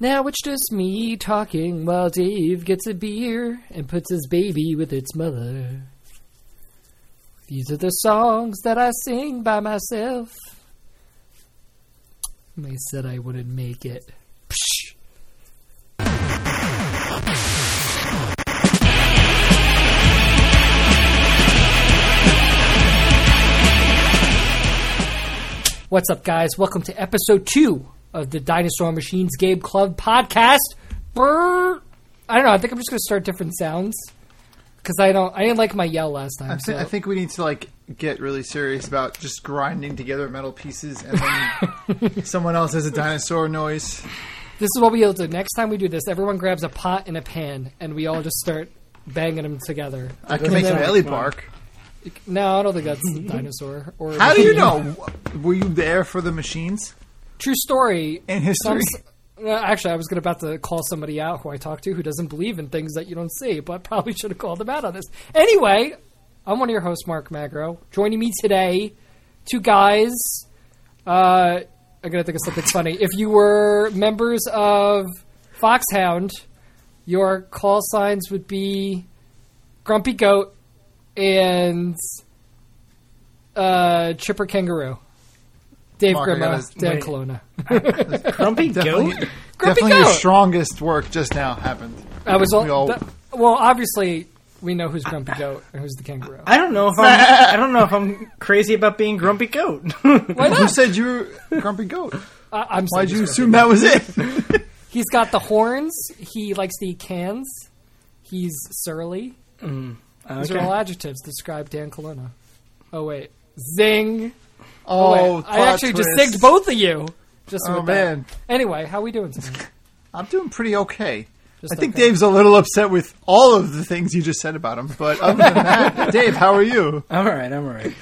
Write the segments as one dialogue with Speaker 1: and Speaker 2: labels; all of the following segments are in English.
Speaker 1: Now it's just me talking while Dave gets a beer and puts his baby with its mother. These are the songs that I sing by myself. They said I wouldn't make it. Psh. What's up, guys? Welcome to episode two of the Dinosaur Machines Game Club podcast. Brrr. I don't know. I think I'm just going to start different sounds because I don't. I didn't like my yell last time.
Speaker 2: I, thi-
Speaker 1: so-
Speaker 2: I think we need to like get really serious about just grinding together metal pieces, and then someone else has a dinosaur noise.
Speaker 1: This is what we'll do. Next time we do this, everyone grabs a pot and a pan, and we all just start banging them together.
Speaker 2: I can make an
Speaker 1: That's
Speaker 2: Ellie
Speaker 1: fun.
Speaker 2: bark.
Speaker 1: No, I don't think that's a dinosaur. Or
Speaker 2: How do you know? Were you there for the machines?
Speaker 1: True story.
Speaker 2: In history?
Speaker 1: Some- uh, actually, I was gonna- about to call somebody out who I talked to who doesn't believe in things that you don't see, but probably should have called them out on this. Anyway, I'm one of your hosts, Mark Magro. Joining me today, two guys. Uh, I'm gonna think of something funny. If you were members of Foxhound, your call signs would be Grumpy Goat and uh, Chipper Kangaroo. Dave
Speaker 2: Mark, I
Speaker 1: Grima,
Speaker 2: gotta-
Speaker 1: Dan
Speaker 2: wait.
Speaker 1: Colonna.
Speaker 3: Grumpy
Speaker 2: Definitely,
Speaker 3: goat?
Speaker 1: Grumpy
Speaker 2: definitely your
Speaker 1: goat.
Speaker 2: strongest work just now happened.
Speaker 1: I was all,
Speaker 2: We all-
Speaker 1: that- well. Obviously, we know who's Grumpy Goat and who's the kangaroo.
Speaker 3: I don't know if I'm I don't know if I'm crazy about being grumpy goat.
Speaker 1: Why
Speaker 2: Who
Speaker 1: not?
Speaker 2: said you were Grumpy Goat?
Speaker 1: I, I'm saying
Speaker 2: Why'd you
Speaker 1: he's
Speaker 2: assume that was it?
Speaker 1: grumpy. He's got the horns. He likes the cans. He's surly. These are all adjectives to describe Dan Colonna. Oh wait, zing!
Speaker 2: Oh,
Speaker 1: wait, I
Speaker 2: plot
Speaker 1: actually just
Speaker 2: twist.
Speaker 1: zinged both of you. Just
Speaker 2: Oh
Speaker 1: with that.
Speaker 2: man,
Speaker 1: Anyway, how we doing? Today?
Speaker 2: I'm doing pretty okay.
Speaker 1: Just
Speaker 2: I think
Speaker 1: okay.
Speaker 2: Dave's a little upset with all of the things you just said about him, but other than that, Dave, how are you?
Speaker 3: I'm alright, I'm alright.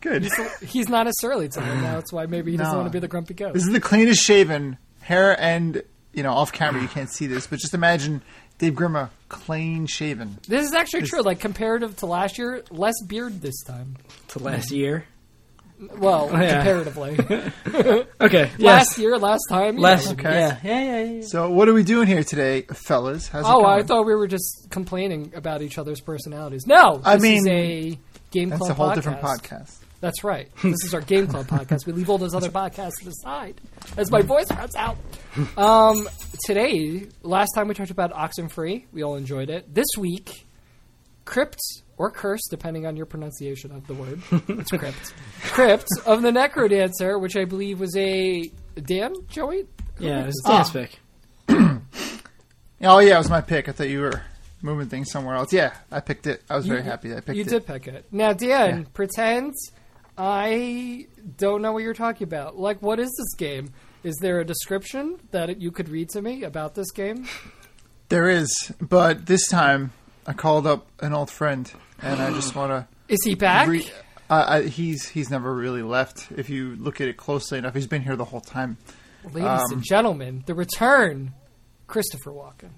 Speaker 2: Good.
Speaker 1: He's not as surly to me now. That's why maybe he doesn't
Speaker 2: No.
Speaker 1: want to be the grumpy goat.
Speaker 2: This is the cleanest shaven hair, and you know, off camera you can't see this, but just imagine Dave Grimmer clean shaven.
Speaker 1: This is actually true. Like comparative to last year, less beard this time.
Speaker 3: To last year.
Speaker 1: Well,
Speaker 3: Yeah.
Speaker 1: comparatively,
Speaker 3: Okay.
Speaker 1: last year, last time, you know.
Speaker 3: last
Speaker 2: Okay.
Speaker 3: yeah. yeah, yeah, yeah.
Speaker 2: So, what are we doing here today, fellas? How's it
Speaker 1: Oh,
Speaker 2: going?
Speaker 1: I thought we were just complaining about each other's personalities. No,
Speaker 2: I
Speaker 1: this is
Speaker 2: mean,
Speaker 1: a game
Speaker 2: that's
Speaker 1: club
Speaker 2: a whole
Speaker 1: podcast.
Speaker 2: different podcast.
Speaker 1: That's right. This is our game club podcast. We leave all those other podcasts to the side as my voice runs out. Um, today, last time we talked about Oxenfree, we all enjoyed it. This week, Crypt or Curse, depending on your pronunciation of the word. It's Crypt. Crypt of the Necrodancer, which I believe was a Dan Joey.
Speaker 3: Yeah, it was dance
Speaker 2: Ah.
Speaker 3: pick.
Speaker 2: Oh yeah, it was my pick. I thought you were moving things somewhere else. Yeah, I picked it. I was very happy that I picked
Speaker 1: You
Speaker 2: it.
Speaker 1: did pick it. Now, Dan, pretend I don't know what you're talking about. Like, what is this game? Is there a description that you could read to me about this game?
Speaker 2: There is, but this time I called up an old friend, and I just want to.
Speaker 1: Is he back?
Speaker 2: Re- I, I, he's he's never really left. If you look at it closely enough, he's been here the whole time.
Speaker 1: Ladies
Speaker 2: um,
Speaker 1: and gentlemen, the return, Christopher Walken.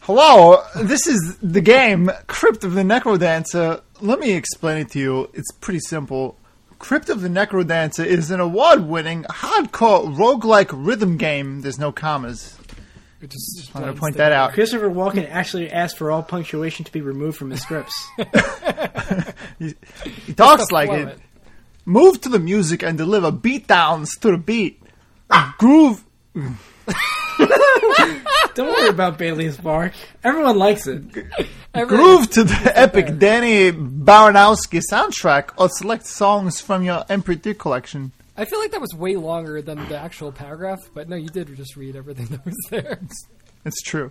Speaker 2: Hello, this is the game Crypt of the Necrodancer. Let me explain it to you. It's pretty simple. Crypt of the Necrodancer is an award-winning hardcore roguelike rhythm game. There's no commas.
Speaker 1: It Just, just
Speaker 2: I'm going
Speaker 1: blends
Speaker 2: to point
Speaker 1: the-
Speaker 2: that out.
Speaker 3: Christopher Walken actually asked for all punctuation to be removed from his scripts.
Speaker 2: He talks like
Speaker 1: flow
Speaker 2: it. Move to the music and deliver beatdowns to the beat. Groove.
Speaker 3: don't worry about Bailey's bark. Everyone likes it.
Speaker 1: Everyone-
Speaker 2: Groove to the epic Danny Baranowski soundtrack or select songs from your MP3 collection.
Speaker 1: I feel like that was way longer than the actual paragraph, but no, you did just read everything that was there.
Speaker 2: It's true.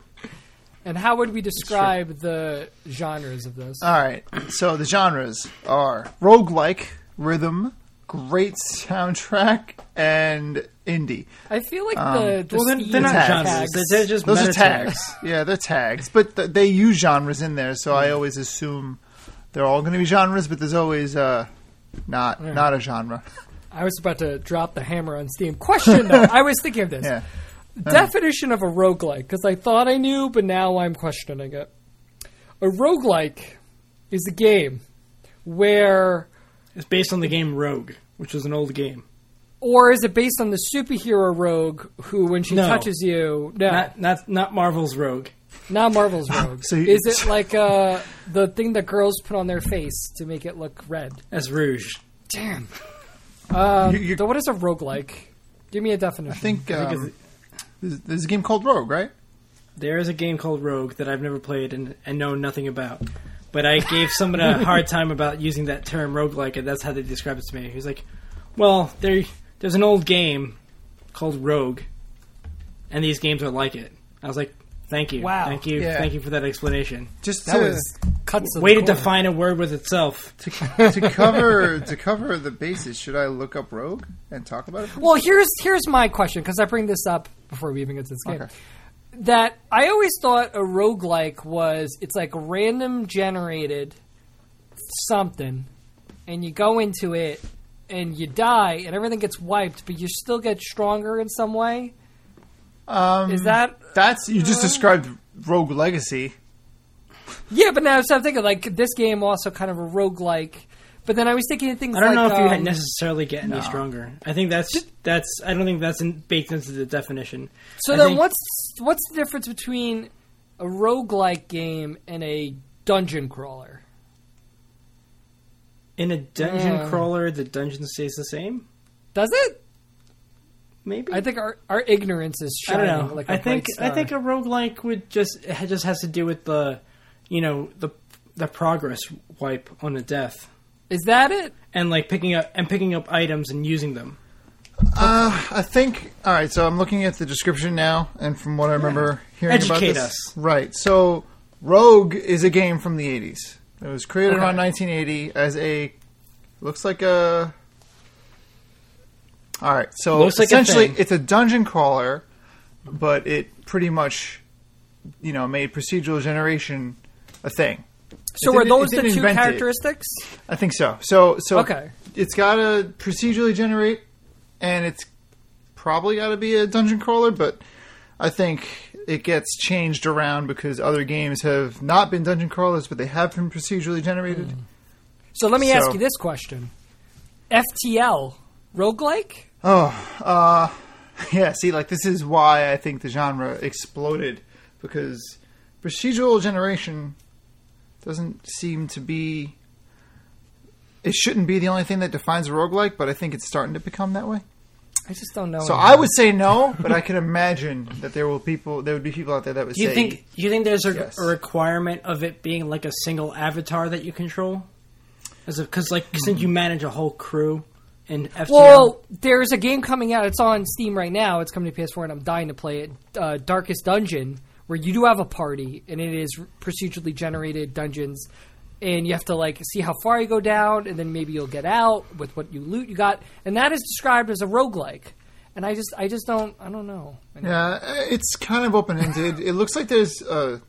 Speaker 1: And how would we describe the genres of this?
Speaker 2: All right. So the genres are roguelike, rhythm, great soundtrack, and indie.
Speaker 1: I feel like
Speaker 2: um,
Speaker 1: the, the
Speaker 3: Well, they're, they're
Speaker 1: Steam
Speaker 3: not
Speaker 2: tags.
Speaker 3: genres. They're,
Speaker 1: tags-
Speaker 3: they're just
Speaker 2: Those
Speaker 3: meta
Speaker 2: are tags. Yeah, they're tags, but th- they use genres in there, so I always assume they're all going to be genres. But there's always uh, not not a genre.
Speaker 1: I was about to drop the hammer on Steam. Question though, I was thinking of this.
Speaker 2: Yeah.
Speaker 1: Definition of a roguelike, because I thought I knew, but now I'm questioning it. A roguelike is a game where,
Speaker 3: It's based on the game Rogue, which was an old game.
Speaker 1: or is it based on the superhero rogue who, when she
Speaker 3: No.
Speaker 1: touches you, no, not,
Speaker 3: Not not not Marvel's Rogue.
Speaker 1: Marvel's rogue.
Speaker 2: So you-
Speaker 1: is it like uh, the thing that girls put on their face to make it look red?
Speaker 3: That's Rouge.
Speaker 1: Damn.
Speaker 2: you, you,
Speaker 1: So what is a rogue like? Give me a definition.
Speaker 2: I think, um,
Speaker 3: it's-
Speaker 2: there's, there's a game called Rogue, right?
Speaker 3: There is a game called Rogue that I've never played and, and know nothing about. But I gave someone a hard time about using that term roguelike, and that's how they described it to me. He was like, Well, there, there's an old game called Rogue, and these games are like it. I was like, Thank you.
Speaker 1: Wow.
Speaker 3: Thank you.
Speaker 2: Yeah.
Speaker 3: Thank you for that explanation.
Speaker 2: Just
Speaker 1: that
Speaker 2: to,
Speaker 1: was cuts. to the
Speaker 3: Way to
Speaker 1: core.
Speaker 3: define a word with itself.
Speaker 2: to, to cover to cover the bases. Should I look up Rogue and talk about it?
Speaker 1: Well, here's here's my question because I bring this up before we even get to this game.
Speaker 2: Okay.
Speaker 1: That I always thought a roguelike was it's like random generated something, and you go into it and you die and everything gets wiped, but you still get stronger in some way.
Speaker 2: Um,
Speaker 3: Mm-hmm.
Speaker 1: Is that
Speaker 2: that's you just described Rogue Legacy?
Speaker 1: yeah? But now so I'm thinking like this game also kind of a roguelike. But then I was thinking of things.
Speaker 3: I
Speaker 1: like,
Speaker 3: don't know if you
Speaker 1: um,
Speaker 3: had necessarily get any stronger. I think that's that's. I don't think that's in, baked into the definition.
Speaker 1: So
Speaker 3: I
Speaker 1: then,
Speaker 3: think-
Speaker 1: what's what's the difference between a roguelike game and a dungeon crawler?
Speaker 3: in a dungeon
Speaker 1: Mm.
Speaker 3: crawler? The dungeon stays the same.
Speaker 1: Does it?
Speaker 3: Maybe
Speaker 1: I think our our ignorance is
Speaker 3: I
Speaker 1: shining.
Speaker 3: don't know.
Speaker 1: Like a
Speaker 3: I think
Speaker 1: bright
Speaker 3: I
Speaker 1: star.
Speaker 3: think uh, a roguelike would just it just has to do with the you know the the progress wipe on a death
Speaker 1: is that it?
Speaker 3: and like picking up and picking up items and using them.
Speaker 2: Uh, I think. All right, so I'm looking at the description now, and from what I remember hearing
Speaker 3: Educate
Speaker 2: about this,
Speaker 3: us.
Speaker 2: right? So Rogue is a game from the '80s. It was created
Speaker 3: Okay.
Speaker 2: around 1980 as a looks like a. All right, so
Speaker 3: Looks like a
Speaker 2: essentially,
Speaker 3: thing.
Speaker 2: it's a dungeon crawler, but it pretty much, you know, made procedural generation a thing.
Speaker 1: So
Speaker 2: did-
Speaker 1: are
Speaker 2: it
Speaker 1: those
Speaker 2: did
Speaker 1: the two
Speaker 2: invent it.
Speaker 1: characteristics?
Speaker 2: I think so. So so
Speaker 1: Okay.
Speaker 2: it's got to procedurally generate, and it's probably got to be a dungeon crawler. But I think it gets changed around because other games have not been dungeon crawlers, but they have been procedurally generated.
Speaker 1: So let me
Speaker 2: So-
Speaker 1: ask you this question: FTL roguelike?
Speaker 2: Oh, uh, yeah. See, like this is why I think the genre exploded because procedural generation doesn't seem to be. It shouldn't be the only thing that defines a roguelike, but I think it's starting to become that way.
Speaker 1: I just don't know.
Speaker 2: So
Speaker 1: anymore.
Speaker 2: I would say no, but I can imagine that there will people there would be people out there that would
Speaker 3: Do you
Speaker 2: say
Speaker 3: think you think there's a,
Speaker 2: yes.
Speaker 3: a requirement of it being like a single avatar that you control? Because like
Speaker 1: Hmm.
Speaker 3: since you manage a whole crew in FTL,
Speaker 1: Well, there's a game coming out. It's on Steam right now. It's coming to PS4, and I'm dying to play it. Uh, Darkest Dungeon, where you do have a party, and it is procedurally generated dungeons, and you have to like see how far you go down, and then maybe you'll get out with what you loot you got, and that is described as a roguelike. And I just, I just don't, I don't know.
Speaker 2: Yeah, it's kind of open ended. it looks like there's a,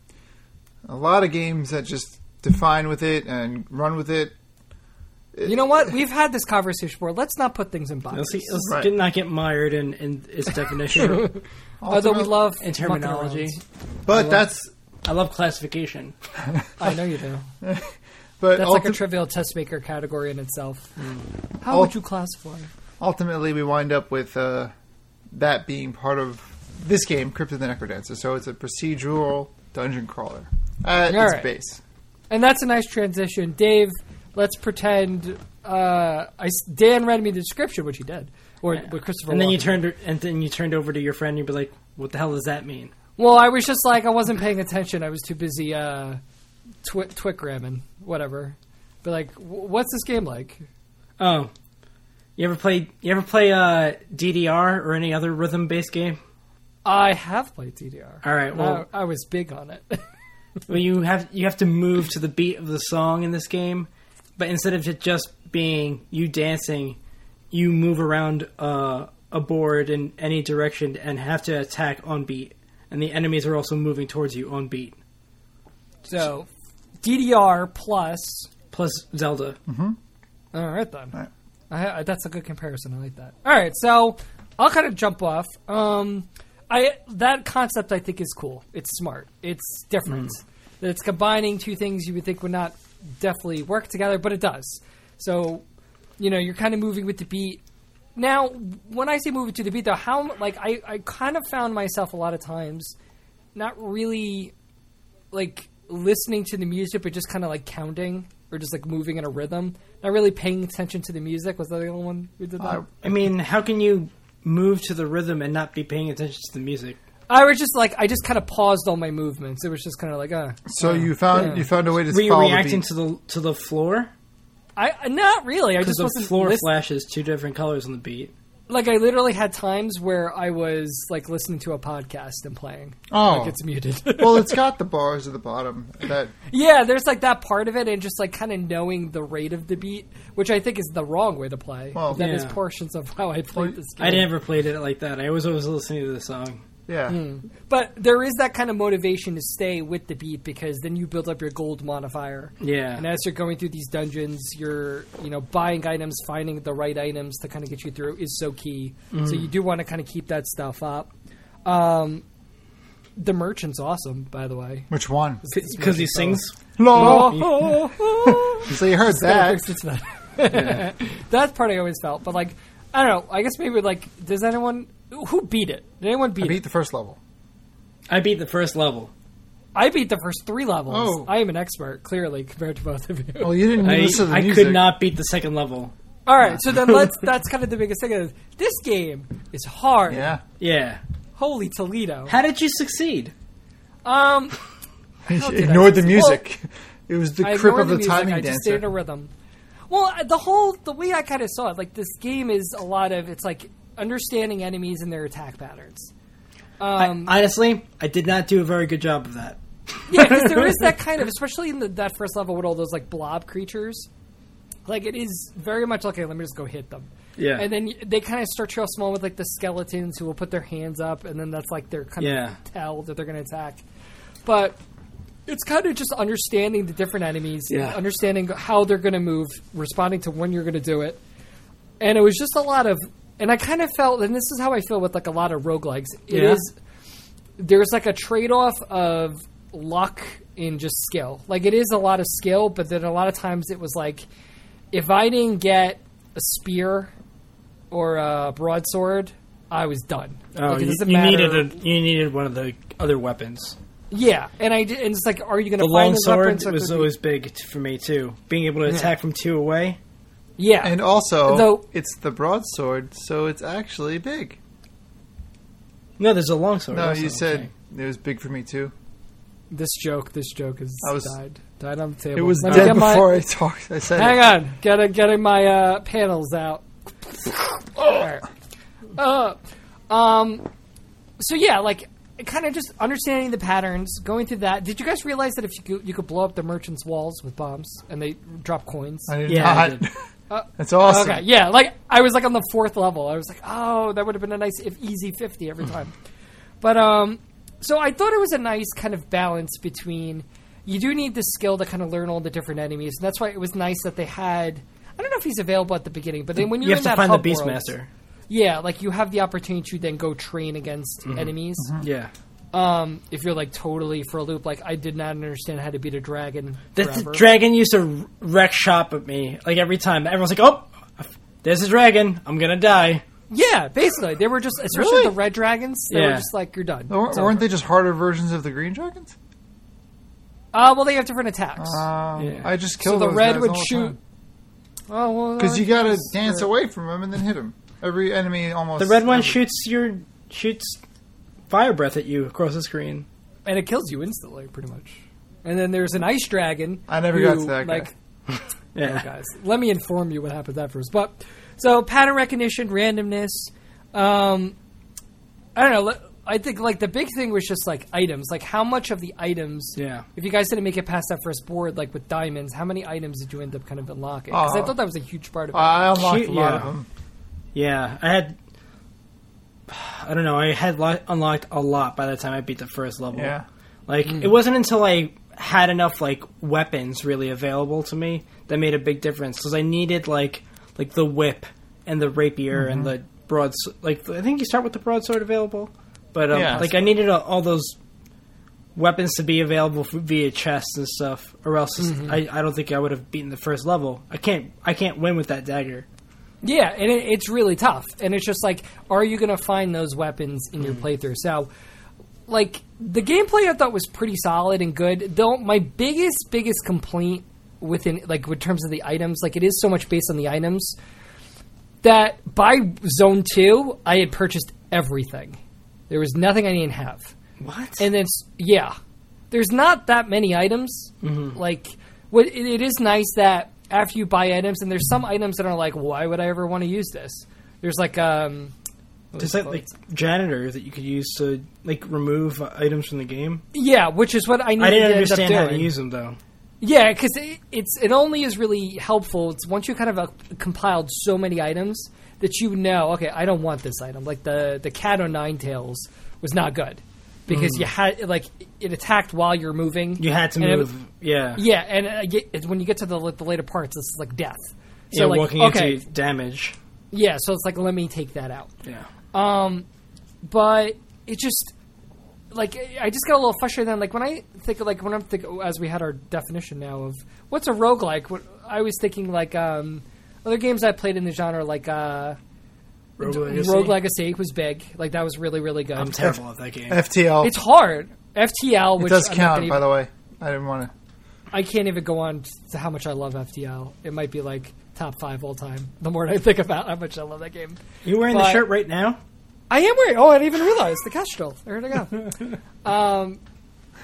Speaker 2: a lot of games that just define with it and run with it.
Speaker 1: You know what? We've had this conversation before. Let's not put things in boxes.
Speaker 3: let's, see- let's
Speaker 2: Right.
Speaker 3: get, not get mired in, in its definition
Speaker 1: Although we
Speaker 2: Ultimate-
Speaker 1: love
Speaker 3: and
Speaker 1: mucking around.
Speaker 3: terminology.
Speaker 2: but that's
Speaker 3: I love classification.
Speaker 1: I know you do.
Speaker 2: but
Speaker 1: That's
Speaker 2: ulti-
Speaker 1: like a trivial test maker category in itself.
Speaker 3: Hmm.
Speaker 1: How would you classify?
Speaker 2: ultimately we wind up with uh, that being part of this game, Crypt of the Necrodancer. So it's a procedural dungeon crawler at
Speaker 1: All
Speaker 2: its
Speaker 1: right.
Speaker 2: base.
Speaker 1: And that's a nice transition. Dave, let's pretend uh, I s Dan read me the description, which he did, or what Christopher.
Speaker 3: and then you
Speaker 1: Walken.
Speaker 3: turned and then you turned over to your friend and you'd be like, "What the hell does that mean?"
Speaker 1: Well, I was just like I wasn't paying attention. I was too busy uh, twi- twick whatever. But like, w- what's this game like?
Speaker 3: Oh, you ever play you ever play uh, DDR or any other rhythm based game?
Speaker 1: I have played DDR.
Speaker 3: All right,
Speaker 1: And
Speaker 3: well-
Speaker 1: I, I was big on it.
Speaker 3: Well, you have you have to move to the beat of the song in this game, but instead of it just being you dancing, you move around uh, a board in any direction and have to attack on beat, and the enemies are also moving towards you on beat.
Speaker 1: so, DDR plus.
Speaker 3: Plus Zelda.
Speaker 1: All right then.
Speaker 2: All right.
Speaker 1: I, I, that's a good comparison. I like that. All right, so I'll kind of jump off. Um, I that concept I think is cool. It's smart. It's different.
Speaker 2: Mm-hmm.
Speaker 1: That It's combining two things you would think would not definitely work together, but it does. So, you know, you're kind of moving with the beat, Now, when I say move it to the beat, though, how like I, I kind of found myself a lot of times not really like listening to the music, but just kind of like counting or just like moving in a rhythm, not really paying attention to the music. Was that the only one you did that?
Speaker 2: I,
Speaker 3: I mean, how can you move to the rhythm and not be paying attention to the music?
Speaker 1: I was just like I just kind of paused all my movements. It was just kind of like uh
Speaker 2: so you found
Speaker 1: Yeah.
Speaker 2: you found a way to
Speaker 3: Were you
Speaker 2: follow
Speaker 3: reacting
Speaker 2: the
Speaker 3: to the to the floor?
Speaker 1: I uh, not really. I
Speaker 3: Because
Speaker 1: just
Speaker 3: the
Speaker 1: wasn't
Speaker 3: floor
Speaker 1: lis-
Speaker 3: flashes two different colors on the beat.
Speaker 1: like I literally had times where I was like listening to a podcast and playing.
Speaker 2: Oh.
Speaker 1: like it's muted.
Speaker 2: beat. well, it's got the bars at the bottom. That
Speaker 1: Yeah, there's like that part of it, and just like kind of knowing the rate of the beat, which I think is the wrong way to play.
Speaker 2: Well-
Speaker 1: that is
Speaker 3: Yeah.
Speaker 1: portions of how I played this game.
Speaker 3: I never played it like that. I was always listening to the song.
Speaker 2: yeah.
Speaker 1: Hmm. But there is that kind of motivation to stay with the beat because then you build up your gold modifier.
Speaker 3: Yeah.
Speaker 1: And as you're going through these dungeons, you're you know buying items, finding the right items to kind of get you through is so key. So you do want to kind of keep that stuff up. Um, the merchant's awesome, by the way.
Speaker 2: Which one?
Speaker 3: Because he sings.
Speaker 2: Law.
Speaker 1: Oh.
Speaker 2: So you heard that?
Speaker 1: That's that part I always felt, but like I don't know. I guess maybe like does anyone who beat it? Did anyone beat,
Speaker 2: I beat
Speaker 1: it?
Speaker 2: the first level.
Speaker 3: I beat the first level.
Speaker 1: I beat the first three levels.
Speaker 2: Oh.
Speaker 1: I am an expert, clearly, compared to both of you.
Speaker 2: Well, you didn't
Speaker 3: I,
Speaker 2: listen to the
Speaker 3: I
Speaker 2: music.
Speaker 3: could not beat the second level.
Speaker 1: All right, so then let's. That's kind of the biggest thing. Is this game is hard.
Speaker 2: Yeah.
Speaker 3: Yeah.
Speaker 1: Holy Toledo.
Speaker 3: How did you succeed?
Speaker 1: Um, did I
Speaker 2: ignored the
Speaker 1: succeed?
Speaker 2: music. it was the
Speaker 1: I
Speaker 2: crip
Speaker 1: ignored
Speaker 2: of the,
Speaker 1: music,
Speaker 2: timing
Speaker 1: I just stayed in
Speaker 2: dancer.
Speaker 1: a rhythm. Well, I- the whole the way I kind of saw it, like this game is a lot of it's like understanding enemies and their attack patterns. Um,
Speaker 3: Honestly, I did not do a very good job of that.
Speaker 1: yeah, because there is that kind of, especially in the, that first level with all those like blob creatures. Like it is very much okay. Let me just go hit them.
Speaker 3: Yeah.
Speaker 1: and then y- they kind of start you off small with like the skeletons who will put their hands up, and then that's like their kind
Speaker 3: Yeah.
Speaker 1: of tell that they're going to attack. But it's kind of just understanding the different enemies,
Speaker 3: Yeah.
Speaker 1: understanding how they're going to move, responding to when you're going to do it, and it was just a lot of. And I kind of felt, and this is how I feel with like a lot of roguelikes. It
Speaker 3: Yeah.
Speaker 1: is there's like a trade off of luck and just skill. Like it is a lot of skill, but then a lot of times it was like if I didn't get a spear or a broadsword, I was done. like,
Speaker 3: Oh, you,
Speaker 1: doesn't
Speaker 3: you
Speaker 1: matter-
Speaker 3: needed a, you needed one of the other weapons.
Speaker 1: yeah, and I did, and it's like, are you going to
Speaker 3: The long
Speaker 1: find
Speaker 3: sword
Speaker 1: weapons?
Speaker 3: was always big t- for me too. Being able to attack from two away.
Speaker 1: yeah,
Speaker 2: And also,
Speaker 1: Though-
Speaker 2: it's the broadsword, so it's actually big.
Speaker 3: No, there's a long sword.
Speaker 2: No,
Speaker 3: also,
Speaker 2: you said
Speaker 3: okay.
Speaker 2: it was big for me too.
Speaker 1: this joke, this joke is
Speaker 2: I was-
Speaker 1: died, died on the table.
Speaker 2: It was
Speaker 1: Let me
Speaker 2: dead
Speaker 1: get my-
Speaker 2: before I talked. I said,
Speaker 1: Hang
Speaker 2: it.
Speaker 1: on, gotta getting my uh, panels out. Alright. Uh, um, so yeah, like kind of just understanding the patterns, going through that. Did you guys realize that if you could, you could blow up the merchants' walls with bombs and they drop coins?
Speaker 2: I did
Speaker 3: Yeah, I
Speaker 2: not.
Speaker 3: did.
Speaker 2: That's awesome.
Speaker 1: Uh, Okay, yeah, like I was like on the fourth level. I was like, oh, that would have been a nice, if easy, fifty
Speaker 3: Hmm.
Speaker 1: every time. but um, so I thought it was a nice kind of balance between you do need the skill to kind of learn all the different enemies, and that's why it was nice that they had. I don't know if he's available at the beginning, but then when you're
Speaker 3: You
Speaker 1: in
Speaker 3: have
Speaker 1: that
Speaker 3: to find the
Speaker 1: hub world-
Speaker 3: beastmaster.
Speaker 1: yeah, like you have the opportunity to then go train against
Speaker 3: Mm-hmm.
Speaker 1: enemies.
Speaker 3: Yeah,
Speaker 1: Um, if you're like totally for a loop, like I did not understand how to beat a dragon.
Speaker 3: the, the
Speaker 1: forever.
Speaker 3: dragon used to wreck shop at me. Like every time, everyone's like, "Oh, there's a dragon. I'm gonna die."
Speaker 1: yeah, basically they were just, especially
Speaker 2: Really?
Speaker 1: the red dragons. They were
Speaker 3: Yeah.
Speaker 1: just like you're done.
Speaker 2: Or-
Speaker 1: It's
Speaker 2: weren't
Speaker 1: over.
Speaker 2: they just harder versions of the green dragons?
Speaker 1: Uh, well, they have different attacks.
Speaker 2: Um,
Speaker 3: Yeah.
Speaker 2: I just killed
Speaker 1: so the
Speaker 2: those
Speaker 1: red
Speaker 2: guys
Speaker 1: would
Speaker 2: all the
Speaker 1: shoot.
Speaker 2: time.
Speaker 1: Oh well,
Speaker 2: because
Speaker 1: uh,
Speaker 2: you gotta
Speaker 1: that's
Speaker 2: dance
Speaker 1: the-
Speaker 2: away from him and then hit him. Every enemy almost.
Speaker 3: The red one
Speaker 2: every-
Speaker 3: shoots your shoots fire breath at you across the screen.
Speaker 1: and it kills you instantly, pretty much. And then there's an ice dragon.
Speaker 2: I never
Speaker 1: who,
Speaker 2: got to that guy.
Speaker 1: Like, oh,
Speaker 3: Yeah,
Speaker 1: guys, let me inform you what happens after this. But so pattern recognition, randomness. Um, I don't know. le- I think like the big thing was just like items. Like how much of the items?
Speaker 3: Yeah.
Speaker 1: If you guys didn't make it past that first board, like with diamonds, how many items did you end up kind of unlocking? Because I
Speaker 2: Uh,
Speaker 1: thought that was a huge part of it.
Speaker 2: I unlocked
Speaker 3: Shoot,
Speaker 2: a lot
Speaker 3: yeah.
Speaker 2: of them.
Speaker 3: yeah. I had. I don't know. I had lo- unlocked a lot by the time I beat the first level.
Speaker 2: Yeah.
Speaker 3: Like it wasn't until I had enough like weapons really available to me that made a big difference because I needed like like the whip and the rapier and the broads. Like I think you start with the broadsword available, but um,
Speaker 2: Yeah.
Speaker 3: like I needed uh, all those weapons to be available f- via chests and stuff, or else I, I don't think I would have beaten the first level. I can't I can't win with that dagger.
Speaker 1: Yeah, and it, it's really tough. And it's just like, are you going to find those weapons in your playthrough? So, like, the gameplay I thought was pretty solid and good. Though my biggest, biggest complaint within, like, with terms of the items, like, it is so much based on the items that by zone two, I had purchased everything. There was nothing I didn't have.
Speaker 3: What?
Speaker 1: And then, s- yeah, there's not that many items.
Speaker 3: Mm-hmm.
Speaker 1: Like, what it, it is nice that after you buy items, and there's some items that are like, why would I ever want to use this? There's like, um, what
Speaker 3: There's
Speaker 1: is it
Speaker 3: that like janitor that you could use to like remove uh, items from the game.
Speaker 1: called? yeah, which is what I needed
Speaker 3: I didn't
Speaker 1: to end up
Speaker 3: understand how to
Speaker 1: doing.
Speaker 3: use them though.
Speaker 1: Yeah, because it, it's it only is really helpful. It's once you kind of uh, compiled so many items that you know, okay, I don't want this item. Like the the cat o' nine tails was not good because you had like it attacked while you're moving.
Speaker 3: Mm. You had to
Speaker 1: And it-
Speaker 3: move. yeah.
Speaker 1: yeah, and uh, get, it's when you get to the like, the later parts, it's like death. So
Speaker 3: yeah.
Speaker 1: like,
Speaker 3: walking
Speaker 1: okay,
Speaker 3: into damage.
Speaker 1: yeah. So it's like let me take that out
Speaker 3: Yeah.
Speaker 1: but it just like I just got a little frustrated. Then, like when I think of like when I'm think as we had our definition now of what's a roguelike, what, I was thinking like um, other games I played in the genre like uh,
Speaker 3: Rogue
Speaker 1: Rogue Legacy was big, like that was really really good.
Speaker 3: I'm terrible at that game.
Speaker 2: FTL.
Speaker 1: it's hard. FTL,
Speaker 2: it
Speaker 1: which
Speaker 2: does
Speaker 1: I'm not
Speaker 2: count,
Speaker 1: gonna
Speaker 2: by
Speaker 1: even-
Speaker 2: the way. I didn't want to.
Speaker 1: I can't even go on to how much I love FTL. It might be like top five all time. The more I think about how much I love that game.
Speaker 3: You're wearing the
Speaker 1: But-
Speaker 3: shirt right now.
Speaker 1: I am wearing. Oh, I didn't even realize the Kestrel. There it go. um,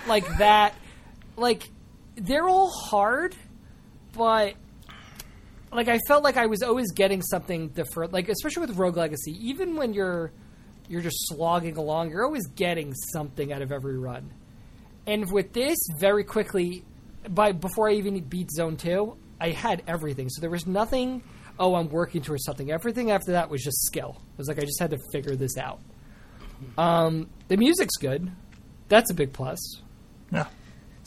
Speaker 1: like that. Like they're all hard, but like I felt like I was always getting something different. Like especially with Rogue Legacy, even when you're you're just slogging along, you're always getting something out of every run. And with this, very quickly, by before I even beat Zone Two, I had everything. So there was nothing. Oh, I'm working towards something. Everything after that was just skill. It was like I just had to figure this out. Um, the music's good. That's a big plus.
Speaker 2: Yeah.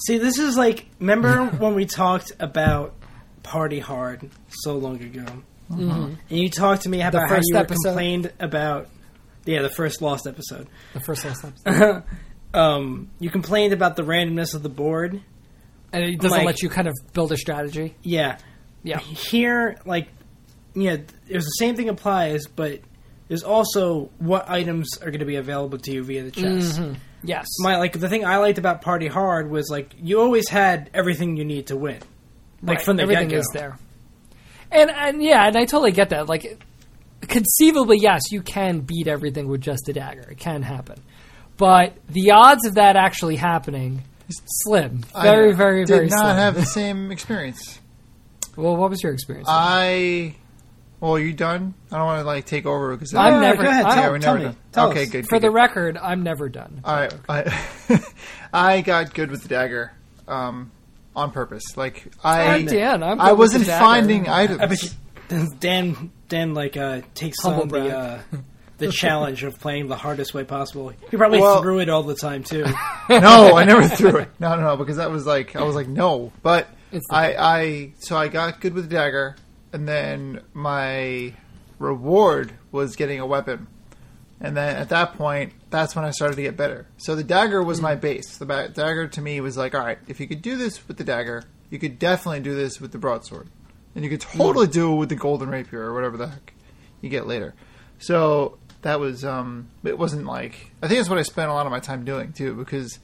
Speaker 3: See, this is like remember when we talked about Party Hard so long ago, and you talked to me about
Speaker 1: Mm-hmm.
Speaker 3: how
Speaker 1: first
Speaker 3: you were
Speaker 1: episode.
Speaker 3: complained about. Yeah, the first lost episode.
Speaker 1: The first last time,
Speaker 3: Um, you complained about the randomness of the board.
Speaker 1: and it doesn't
Speaker 3: Like-
Speaker 1: let you kind of build a strategy.
Speaker 3: Yeah,
Speaker 1: Yeah,
Speaker 3: here, like, yeah, there's the same thing applies, but there's also what items are going to be available to you via the chest.
Speaker 1: Mm-hmm. yes,
Speaker 3: My like the thing I liked about Party Hard was like you always had everything you need to win, like
Speaker 1: Right,
Speaker 3: from the
Speaker 1: everything
Speaker 3: get-go.
Speaker 1: is there. And and yeah, and I totally get that. Like, conceivably, yes, you can beat everything with just a dagger. It can happen, but the odds of that actually happening slim, very,
Speaker 2: I
Speaker 1: very,
Speaker 2: did
Speaker 1: very
Speaker 2: not
Speaker 1: slim.
Speaker 2: have the same experience.
Speaker 1: well, what was your experience?
Speaker 2: I. Well, are you done? I don't want to like take over because
Speaker 1: I'm
Speaker 3: No,
Speaker 1: never-
Speaker 3: Go ahead,
Speaker 1: I-
Speaker 3: tell,
Speaker 2: Yeah, we're
Speaker 3: tell
Speaker 2: never
Speaker 3: me.
Speaker 2: done.
Speaker 3: Tell
Speaker 2: okay,
Speaker 3: us.
Speaker 2: good.
Speaker 1: For
Speaker 2: good,
Speaker 1: the
Speaker 2: good.
Speaker 1: record, I'm never done.
Speaker 2: All right, I, I got good with the dagger um, on purpose. Like I,
Speaker 1: Oh, Dan, I'm good
Speaker 2: I
Speaker 1: with
Speaker 2: wasn't
Speaker 1: the dagger.
Speaker 2: finding items.
Speaker 3: I bet you, Dan Dan like uh, takes
Speaker 1: Humble
Speaker 3: on
Speaker 1: brag.
Speaker 3: the uh, the challenge of playing the hardest way possible. He probably
Speaker 2: Well-
Speaker 3: threw it all the time too.
Speaker 2: no, I never threw it. No, no, no, because that was like I was like no, but
Speaker 1: It's the-
Speaker 2: I, I so I got good with the dagger, and then my reward was getting a weapon, and then at that point, that's when I started to get better. So the dagger was
Speaker 1: Hmm.
Speaker 2: my base. The ba- dagger to me was like, all right, if you could do this with the dagger, you could definitely do this with the broadsword, and you could
Speaker 1: Hmm.
Speaker 2: totally do it with the golden rapier or whatever the heck you get later. So that was um it wasn't like I think that's what I spent a lot of my time doing too because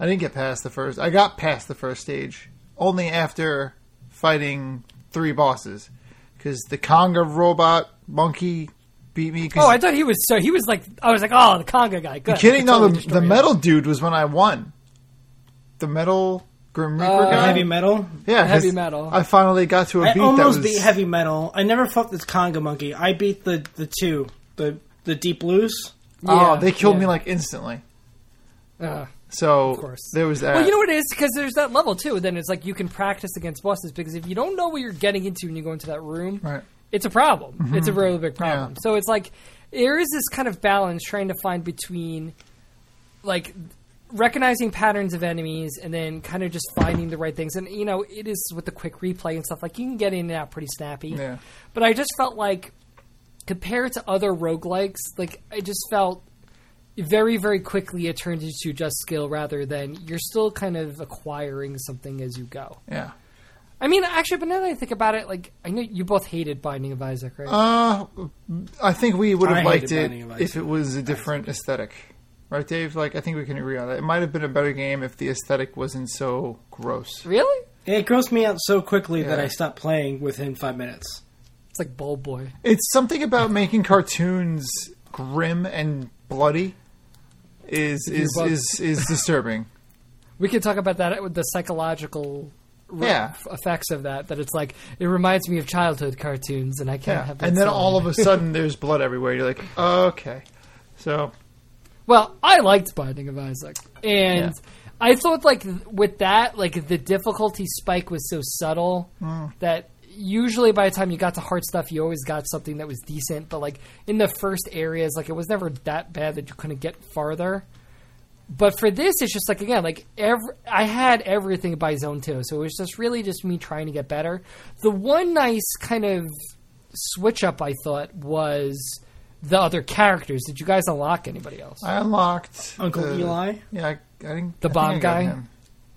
Speaker 2: I didn't get past the first I got past the first stage only after fighting three bosses cuz the Conga robot monkey beat me 'cause-
Speaker 1: Oh, I thought he was so. He was like, I was like, oh, the conga guy. Good.
Speaker 2: kidding
Speaker 1: I
Speaker 2: no
Speaker 1: totally
Speaker 2: the,
Speaker 1: destroyed
Speaker 2: the
Speaker 1: him.
Speaker 2: metal dude was when I won. The metal Grim Reaper
Speaker 1: Uh,
Speaker 2: guy?
Speaker 3: heavy metal.
Speaker 2: yeah, 'cause
Speaker 1: heavy metal.
Speaker 2: I finally got to a
Speaker 3: I
Speaker 2: beat that
Speaker 3: almost
Speaker 2: was
Speaker 3: beat heavy metal. I never fought this conga monkey. I beat the the two the the deep blues.
Speaker 2: Oh,
Speaker 1: Yeah,
Speaker 2: they killed
Speaker 1: yeah.
Speaker 2: me like instantly.
Speaker 1: Ugh.
Speaker 2: So
Speaker 1: course.
Speaker 2: there was that.
Speaker 1: Well, you know what it is because there's that level too. Then it's like you can practice against bosses because if you don't know what you're getting into when you go into that room,
Speaker 2: Right.
Speaker 1: it's a problem. It's a really big problem.
Speaker 2: Mm-hmm. Yeah.
Speaker 1: So it's like there is this kind of balance trying to find between like recognizing patterns of enemies and then kind of just finding the right things. And you know, it is with the quick replay and stuff like you can get in and out pretty snappy.
Speaker 2: Yeah.
Speaker 1: But I just felt like compared to other roguelikes, like I just felt very very quickly it turned into just skill rather than you're still kind of acquiring something as you go.
Speaker 2: Yeah.
Speaker 1: I mean, actually, but now that I think about it, like I know you both hated Binding of Isaac, right?
Speaker 2: Uh, I think we would
Speaker 3: I
Speaker 2: have
Speaker 3: hated
Speaker 2: liked it
Speaker 3: Binding of
Speaker 2: if
Speaker 3: Isaac.
Speaker 2: it was a different aesthetic, right, Dave? Like, I think we can agree on that. It might have been a better game if the aesthetic wasn't so gross.
Speaker 1: really?
Speaker 3: It grossed me out so quickly that
Speaker 2: Yeah.
Speaker 3: I stopped playing within five minutes.
Speaker 1: It's like Bulb Boy.
Speaker 2: It's something about making cartoons grim and bloody is is
Speaker 1: both-
Speaker 2: is, is disturbing.
Speaker 1: We could talk about that with the psychological re-
Speaker 2: Yeah.
Speaker 1: effects of that. That it's like it reminds me of childhood cartoons, and I can't
Speaker 2: Yeah,
Speaker 1: have. That
Speaker 2: and then
Speaker 1: song.
Speaker 2: all of a sudden there's blood everywhere. You're like, okay, so
Speaker 1: Well, I liked Binding of Isaac, and I thought like th- with that, like the difficulty spike was so subtle that usually by the time you got to hard stuff, you always got something that was decent. But like in the first areas, like it was never that bad that you couldn't get farther. But for this, it's just like again, like every I had everything by zone two, so it was just really just me trying to get better. The one nice kind of switch up I thought was the other characters. Did you guys unlock anybody else?
Speaker 2: I unlocked
Speaker 3: Uncle
Speaker 2: the-
Speaker 3: Eli.
Speaker 2: Yeah, I, I didn't.
Speaker 1: The
Speaker 2: I think
Speaker 1: bomb
Speaker 2: I got
Speaker 1: guy?
Speaker 2: him.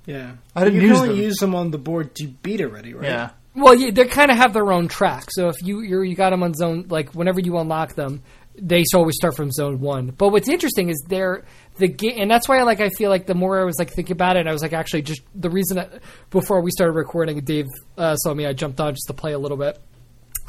Speaker 3: Yeah,
Speaker 2: I didn't
Speaker 3: you
Speaker 2: use
Speaker 3: can only
Speaker 2: them.
Speaker 3: use them on the board you beat already, right?
Speaker 2: Yeah,
Speaker 1: Well, yeah, they kind of have their own track. So if you you're, you got them on zone, like whenever you unlock them, they s- always start from zone one. But what's interesting is they're the game, and that's why like I feel like the more I was like thinking about it, I was like actually just the reason that before we started recording, Dave uh, saw me, I jumped on just to play a little bit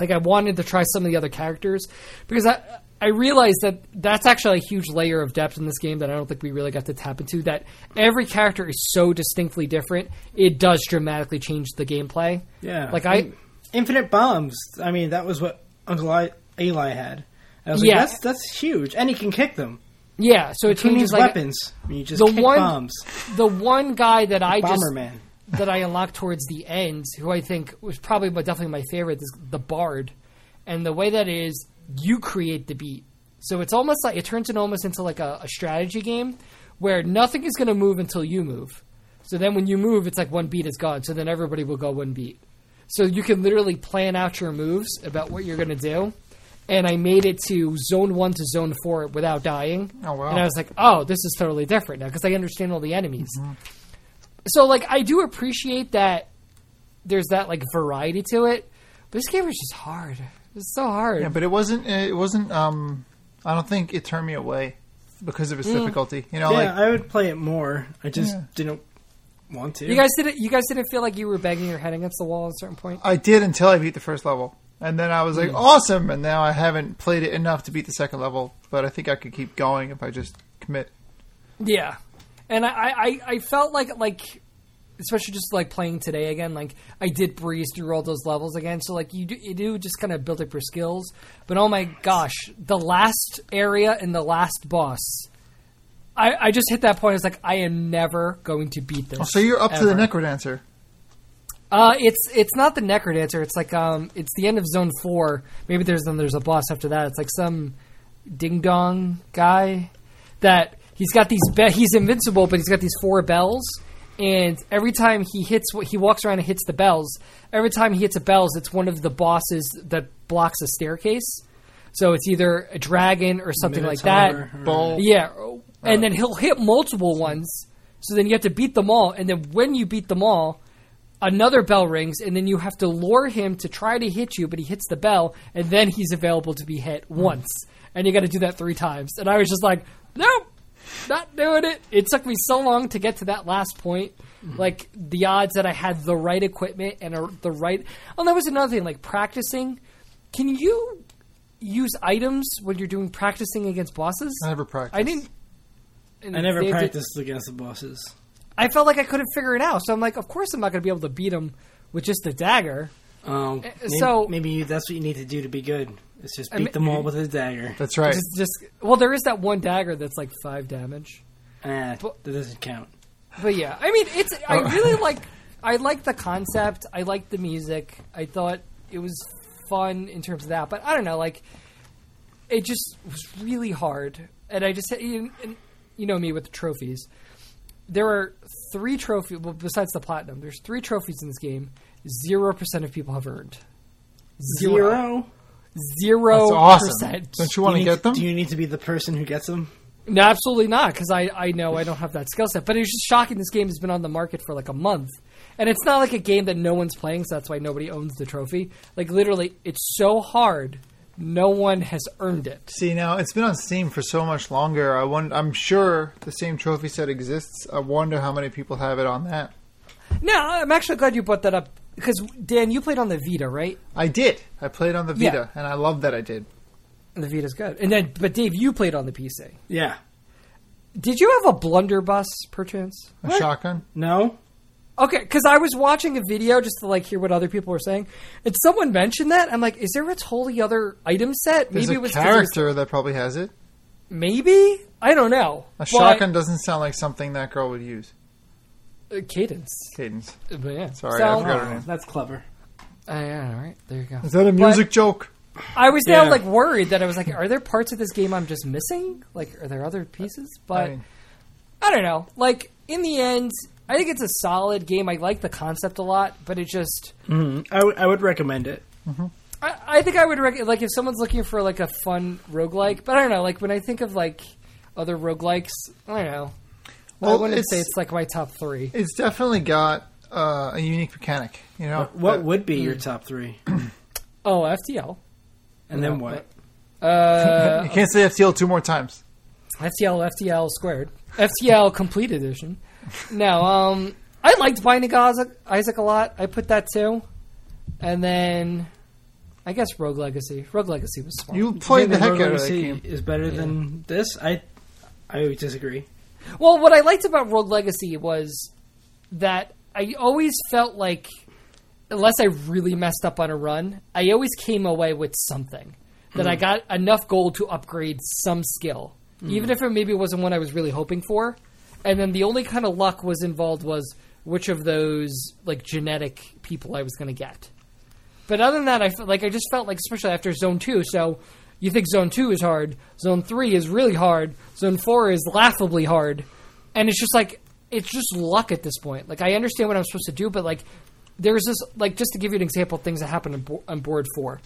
Speaker 1: like I wanted to try some of the other characters because I I realized that that's actually a huge layer of depth in this game that I don't think we really got to tap into. That every character is so distinctly different, it does dramatically change the gameplay.
Speaker 3: Yeah.
Speaker 1: like I
Speaker 3: In- infinite bombs. I mean, that was what Uncle I- Eli had. I was like,
Speaker 1: Yeah.
Speaker 3: that's that's huge, and he can kick them.
Speaker 1: yeah, so it
Speaker 3: He needs
Speaker 1: changes like
Speaker 3: weapons. when you just
Speaker 1: the
Speaker 3: kick
Speaker 1: one-
Speaker 3: bombs.
Speaker 1: the one guy that I just
Speaker 3: Bomberman.
Speaker 1: that I unlocked towards the end, who I think was probably but definitely my favorite, is the Bard. And the way that is, you create the beat. So it's almost like it turns it almost into like a, a strategy game where nothing is going to move until you move. So then when you move, it's like one beat is gone. So then everybody will go one beat. So you can literally plan out your moves about what you're going to do. And I made it to zone one to zone four without dying.
Speaker 2: Oh, wow.
Speaker 1: And I was like, oh, this is totally different now because I understand all the enemies so like I do appreciate that there's that like variety to it. But this game was just hard. It's so hard.
Speaker 2: yeah, but it wasn't. It wasn't. Um, I don't think it turned me away because of its difficulty. You know,
Speaker 3: Mm. Yeah,
Speaker 2: like
Speaker 3: I would play it more. I just didn't want to.
Speaker 1: you guys didn't. You guys didn't feel like you were banging your head against the wall at a certain point.
Speaker 2: I did until I beat the first level. And then I was
Speaker 3: Mm.
Speaker 2: like, awesome! And now I haven't played it enough to beat the second level, but I think I could keep going if I just commit.
Speaker 1: Yeah, and I, I, I- I felt like like especially just like playing today again. Like I did breeze through all those levels again, so like you do, you do just kind of build up your skills. But oh my gosh, the last area and the last boss. I, I just hit that point. It's like I am never going to beat this.
Speaker 2: Oh, So you're up to the
Speaker 1: ever.
Speaker 2: Necrodancer.
Speaker 1: Uh, it's it's not the Necrodancer. It's like um, it's the end of Zone Four. Maybe there's then there's a boss after that. It's like some ding dong guy that he's got these be- he's invincible, but he's got these four bells. And every time he hits, he walks around and hits the bells. Every time he hits a bells, it's one of the bosses that blocks a staircase. So it's either a dragon or something like that.
Speaker 3: Minotaur or-
Speaker 2: Bull.
Speaker 1: Yeah, and then he'll hit multiple ones. So then you have to beat them all, and then when you beat them all, another bell rings, and then you have to lure him to try to hit you, but he hits the bell, and then he's available to be hit once. And you got to do that three times. And I was just like, nope, not doing it. It took me so long to get to that last point. Like the odds that I had the right equipment and a, the right. Oh, that was another thing. Like practicing. Can you use items when you're doing practicing against bosses?
Speaker 2: I never practiced.
Speaker 1: I didn't.
Speaker 3: I never
Speaker 1: they did-
Speaker 3: practiced against the bosses.
Speaker 1: I felt like I couldn't figure it out, so I'm like, of course I'm not going to be able to beat him with just the dagger.
Speaker 2: Uh,
Speaker 3: Um, maybe,
Speaker 1: so-
Speaker 3: maybe you- that's what you need to do to be good. It's just beat
Speaker 1: mean-
Speaker 3: them all with a dagger.
Speaker 2: That's right.
Speaker 1: Just, just well, there is that one dagger that's like five damage.
Speaker 3: Ah, that doesn't count.
Speaker 1: But yeah, I mean, it's I really like I like the concept. I like the music. I thought it was fun in terms of that. But I don't know, like it just was really hard, and I just and, and you know me with the trophies. There are three trophies. Well, besides the platinum, there's three trophies in this game. Zero percent of people have earned.
Speaker 3: Zero.
Speaker 1: Zero
Speaker 2: That's awesome.
Speaker 1: percent.
Speaker 2: Don't you want to
Speaker 3: need
Speaker 2: get them?
Speaker 3: Do you need to be the person who gets them?
Speaker 1: No, absolutely not, because I, I know I don't have that skill set. But it's just shocking. This game has been on the market for like a month, and it's not like a game that no one's playing, so that's why nobody owns the trophy. Like literally, it's so hard, no one has earned it.
Speaker 2: See now, it's been on Steam for so much longer. I won- I'm sure the same trophy set exists. I wonder how many people have it on that.
Speaker 1: No, I'm actually glad you brought that up because Dan, you played on the Vita, right?
Speaker 2: I did. I played on the
Speaker 1: Yeah.
Speaker 2: Vita, and I love that I did.
Speaker 1: And the Vita's good, and then but Dave, you played on the PC.
Speaker 3: Yeah.
Speaker 1: Did you have a blunderbuss, perchance?
Speaker 2: A shotgun.
Speaker 3: No.
Speaker 1: Okay, because I was watching a video just to like hear what other people were saying, and someone mentioned that. I'm like, is there a totally other item set?
Speaker 2: There's a
Speaker 1: 'cause it was-
Speaker 2: character that probably has it.
Speaker 1: Maybe I don't know.
Speaker 2: A
Speaker 1: But-
Speaker 2: shotgun doesn't sound like something that girl would use.
Speaker 1: Uh, cadence.
Speaker 2: Cadence.
Speaker 1: Uh, But yeah,
Speaker 2: Sorry,
Speaker 1: So-
Speaker 2: I forgot her
Speaker 3: Oh,
Speaker 2: name.
Speaker 3: that's clever.
Speaker 1: Uh, yeah, all right, there you go.
Speaker 2: Is that a music joke?
Speaker 1: I was now
Speaker 3: Yeah.
Speaker 1: like worried that I was like, are there parts of this game I'm just missing? Like, are there other pieces? But I,
Speaker 2: I mean,
Speaker 1: don't know. Like in the end, I think it's a solid game. I like the concept a lot, but it just
Speaker 3: I, w- I would recommend it.
Speaker 1: I, I think I would rec- like if someone's looking for like a fun roguelike, but I don't know, like when I think of like other roguelikes, I don't know.
Speaker 2: Well,
Speaker 1: I wouldn't
Speaker 2: it's-
Speaker 1: say it's like my top three.
Speaker 2: it's definitely got uh, a unique mechanic. You know
Speaker 3: What
Speaker 2: Uh,
Speaker 3: would be your top three?
Speaker 1: Oh, FTL.
Speaker 3: And then what?
Speaker 1: Uh,
Speaker 2: you can't say FTL two more times.
Speaker 1: FTL, FTL squared, FTL complete edition. No, um, I liked Binding of Isaac, Isaac a lot. I put that too, and then I guess Rogue Legacy. Rogue Legacy was smart.
Speaker 2: You played the
Speaker 3: Think
Speaker 2: heck
Speaker 3: Rogue
Speaker 2: out of that
Speaker 3: Legacy
Speaker 2: game.
Speaker 3: Is better than this? I I would disagree.
Speaker 1: Well, what I liked about Rogue Legacy was that I always felt like, unless I really messed up on a run, I always came away with something. That I got enough gold to upgrade some skill, even if it maybe wasn't one I was really hoping for. And then the only kind of luck was involved was which of those like genetic people I was going to get. But other than that, I felt like I just felt like, especially after Zone Two. So you think Zone Two is hard, Zone Three is really hard, Zone Four is laughably hard, and it's just like it's just luck at this point. Like I understand what I'm supposed to do, but like there's this like just to give you an example, of things that happen on, bo- on board four.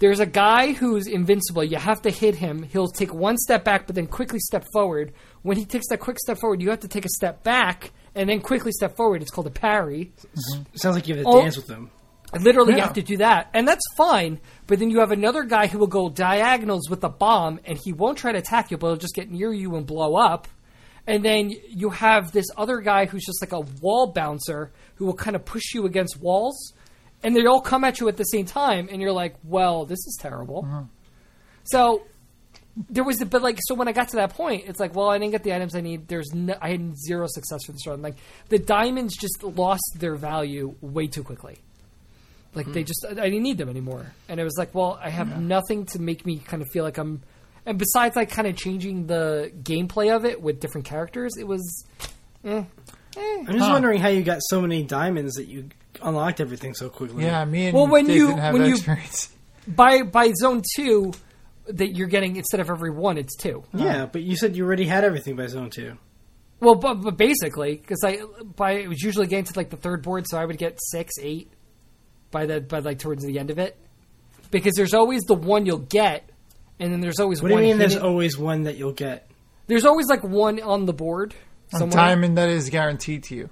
Speaker 1: There's a guy who's invincible. You have to hit him. He'll take one step back, but then quickly step forward. When he takes that quick step forward, you have to take a step back and then quickly step forward. It's called a parry.
Speaker 3: It sounds like you have to
Speaker 1: Oh.
Speaker 3: dance with them.
Speaker 1: Literally, you
Speaker 2: Yeah.
Speaker 1: have to do that, and that's fine. But then you have another guy who will go diagonals with the bomb, and he won't try to attack you, but he'll just get near you and blow up. And then you have this other guy who's just like a wall bouncer who will kind of push you against walls, and they all come at you at the same time, and you're like, "Well, this is terrible." So there was, the, but like, so when I got to that point, it's like, well, I didn't get the items I need. There's, no, I had zero success for this run. Like, the diamonds just lost their value way too quickly. Like they
Speaker 3: Hmm.
Speaker 1: just, I didn't need them anymore. And it was like, well, I have nothing to make me kind of feel like I'm. And besides, like kind of changing the gameplay of it with different characters, it was.
Speaker 3: I'm just wondering how you got so many diamonds that you unlocked everything so quickly.
Speaker 2: Yeah, me and
Speaker 1: Well, when
Speaker 2: Dave
Speaker 1: you-
Speaker 2: didn't have
Speaker 1: when
Speaker 2: that
Speaker 1: you-
Speaker 2: experience.
Speaker 1: by by zone two that you're getting instead of every one, it's two.
Speaker 2: uh,
Speaker 3: Yeah, but you said you already had everything by zone two.
Speaker 1: Well, but, but basically, because I by it was usually getting to like the third board, so I would get six, eight by the by like towards the end of it, because there's always the one you'll get, and then there's always
Speaker 3: What do
Speaker 1: one
Speaker 3: you mean? There's
Speaker 1: hidden-
Speaker 3: always one that you'll get.
Speaker 1: there's always like one on the board.
Speaker 2: On
Speaker 1: somewhere.
Speaker 2: timing that is guaranteed to you.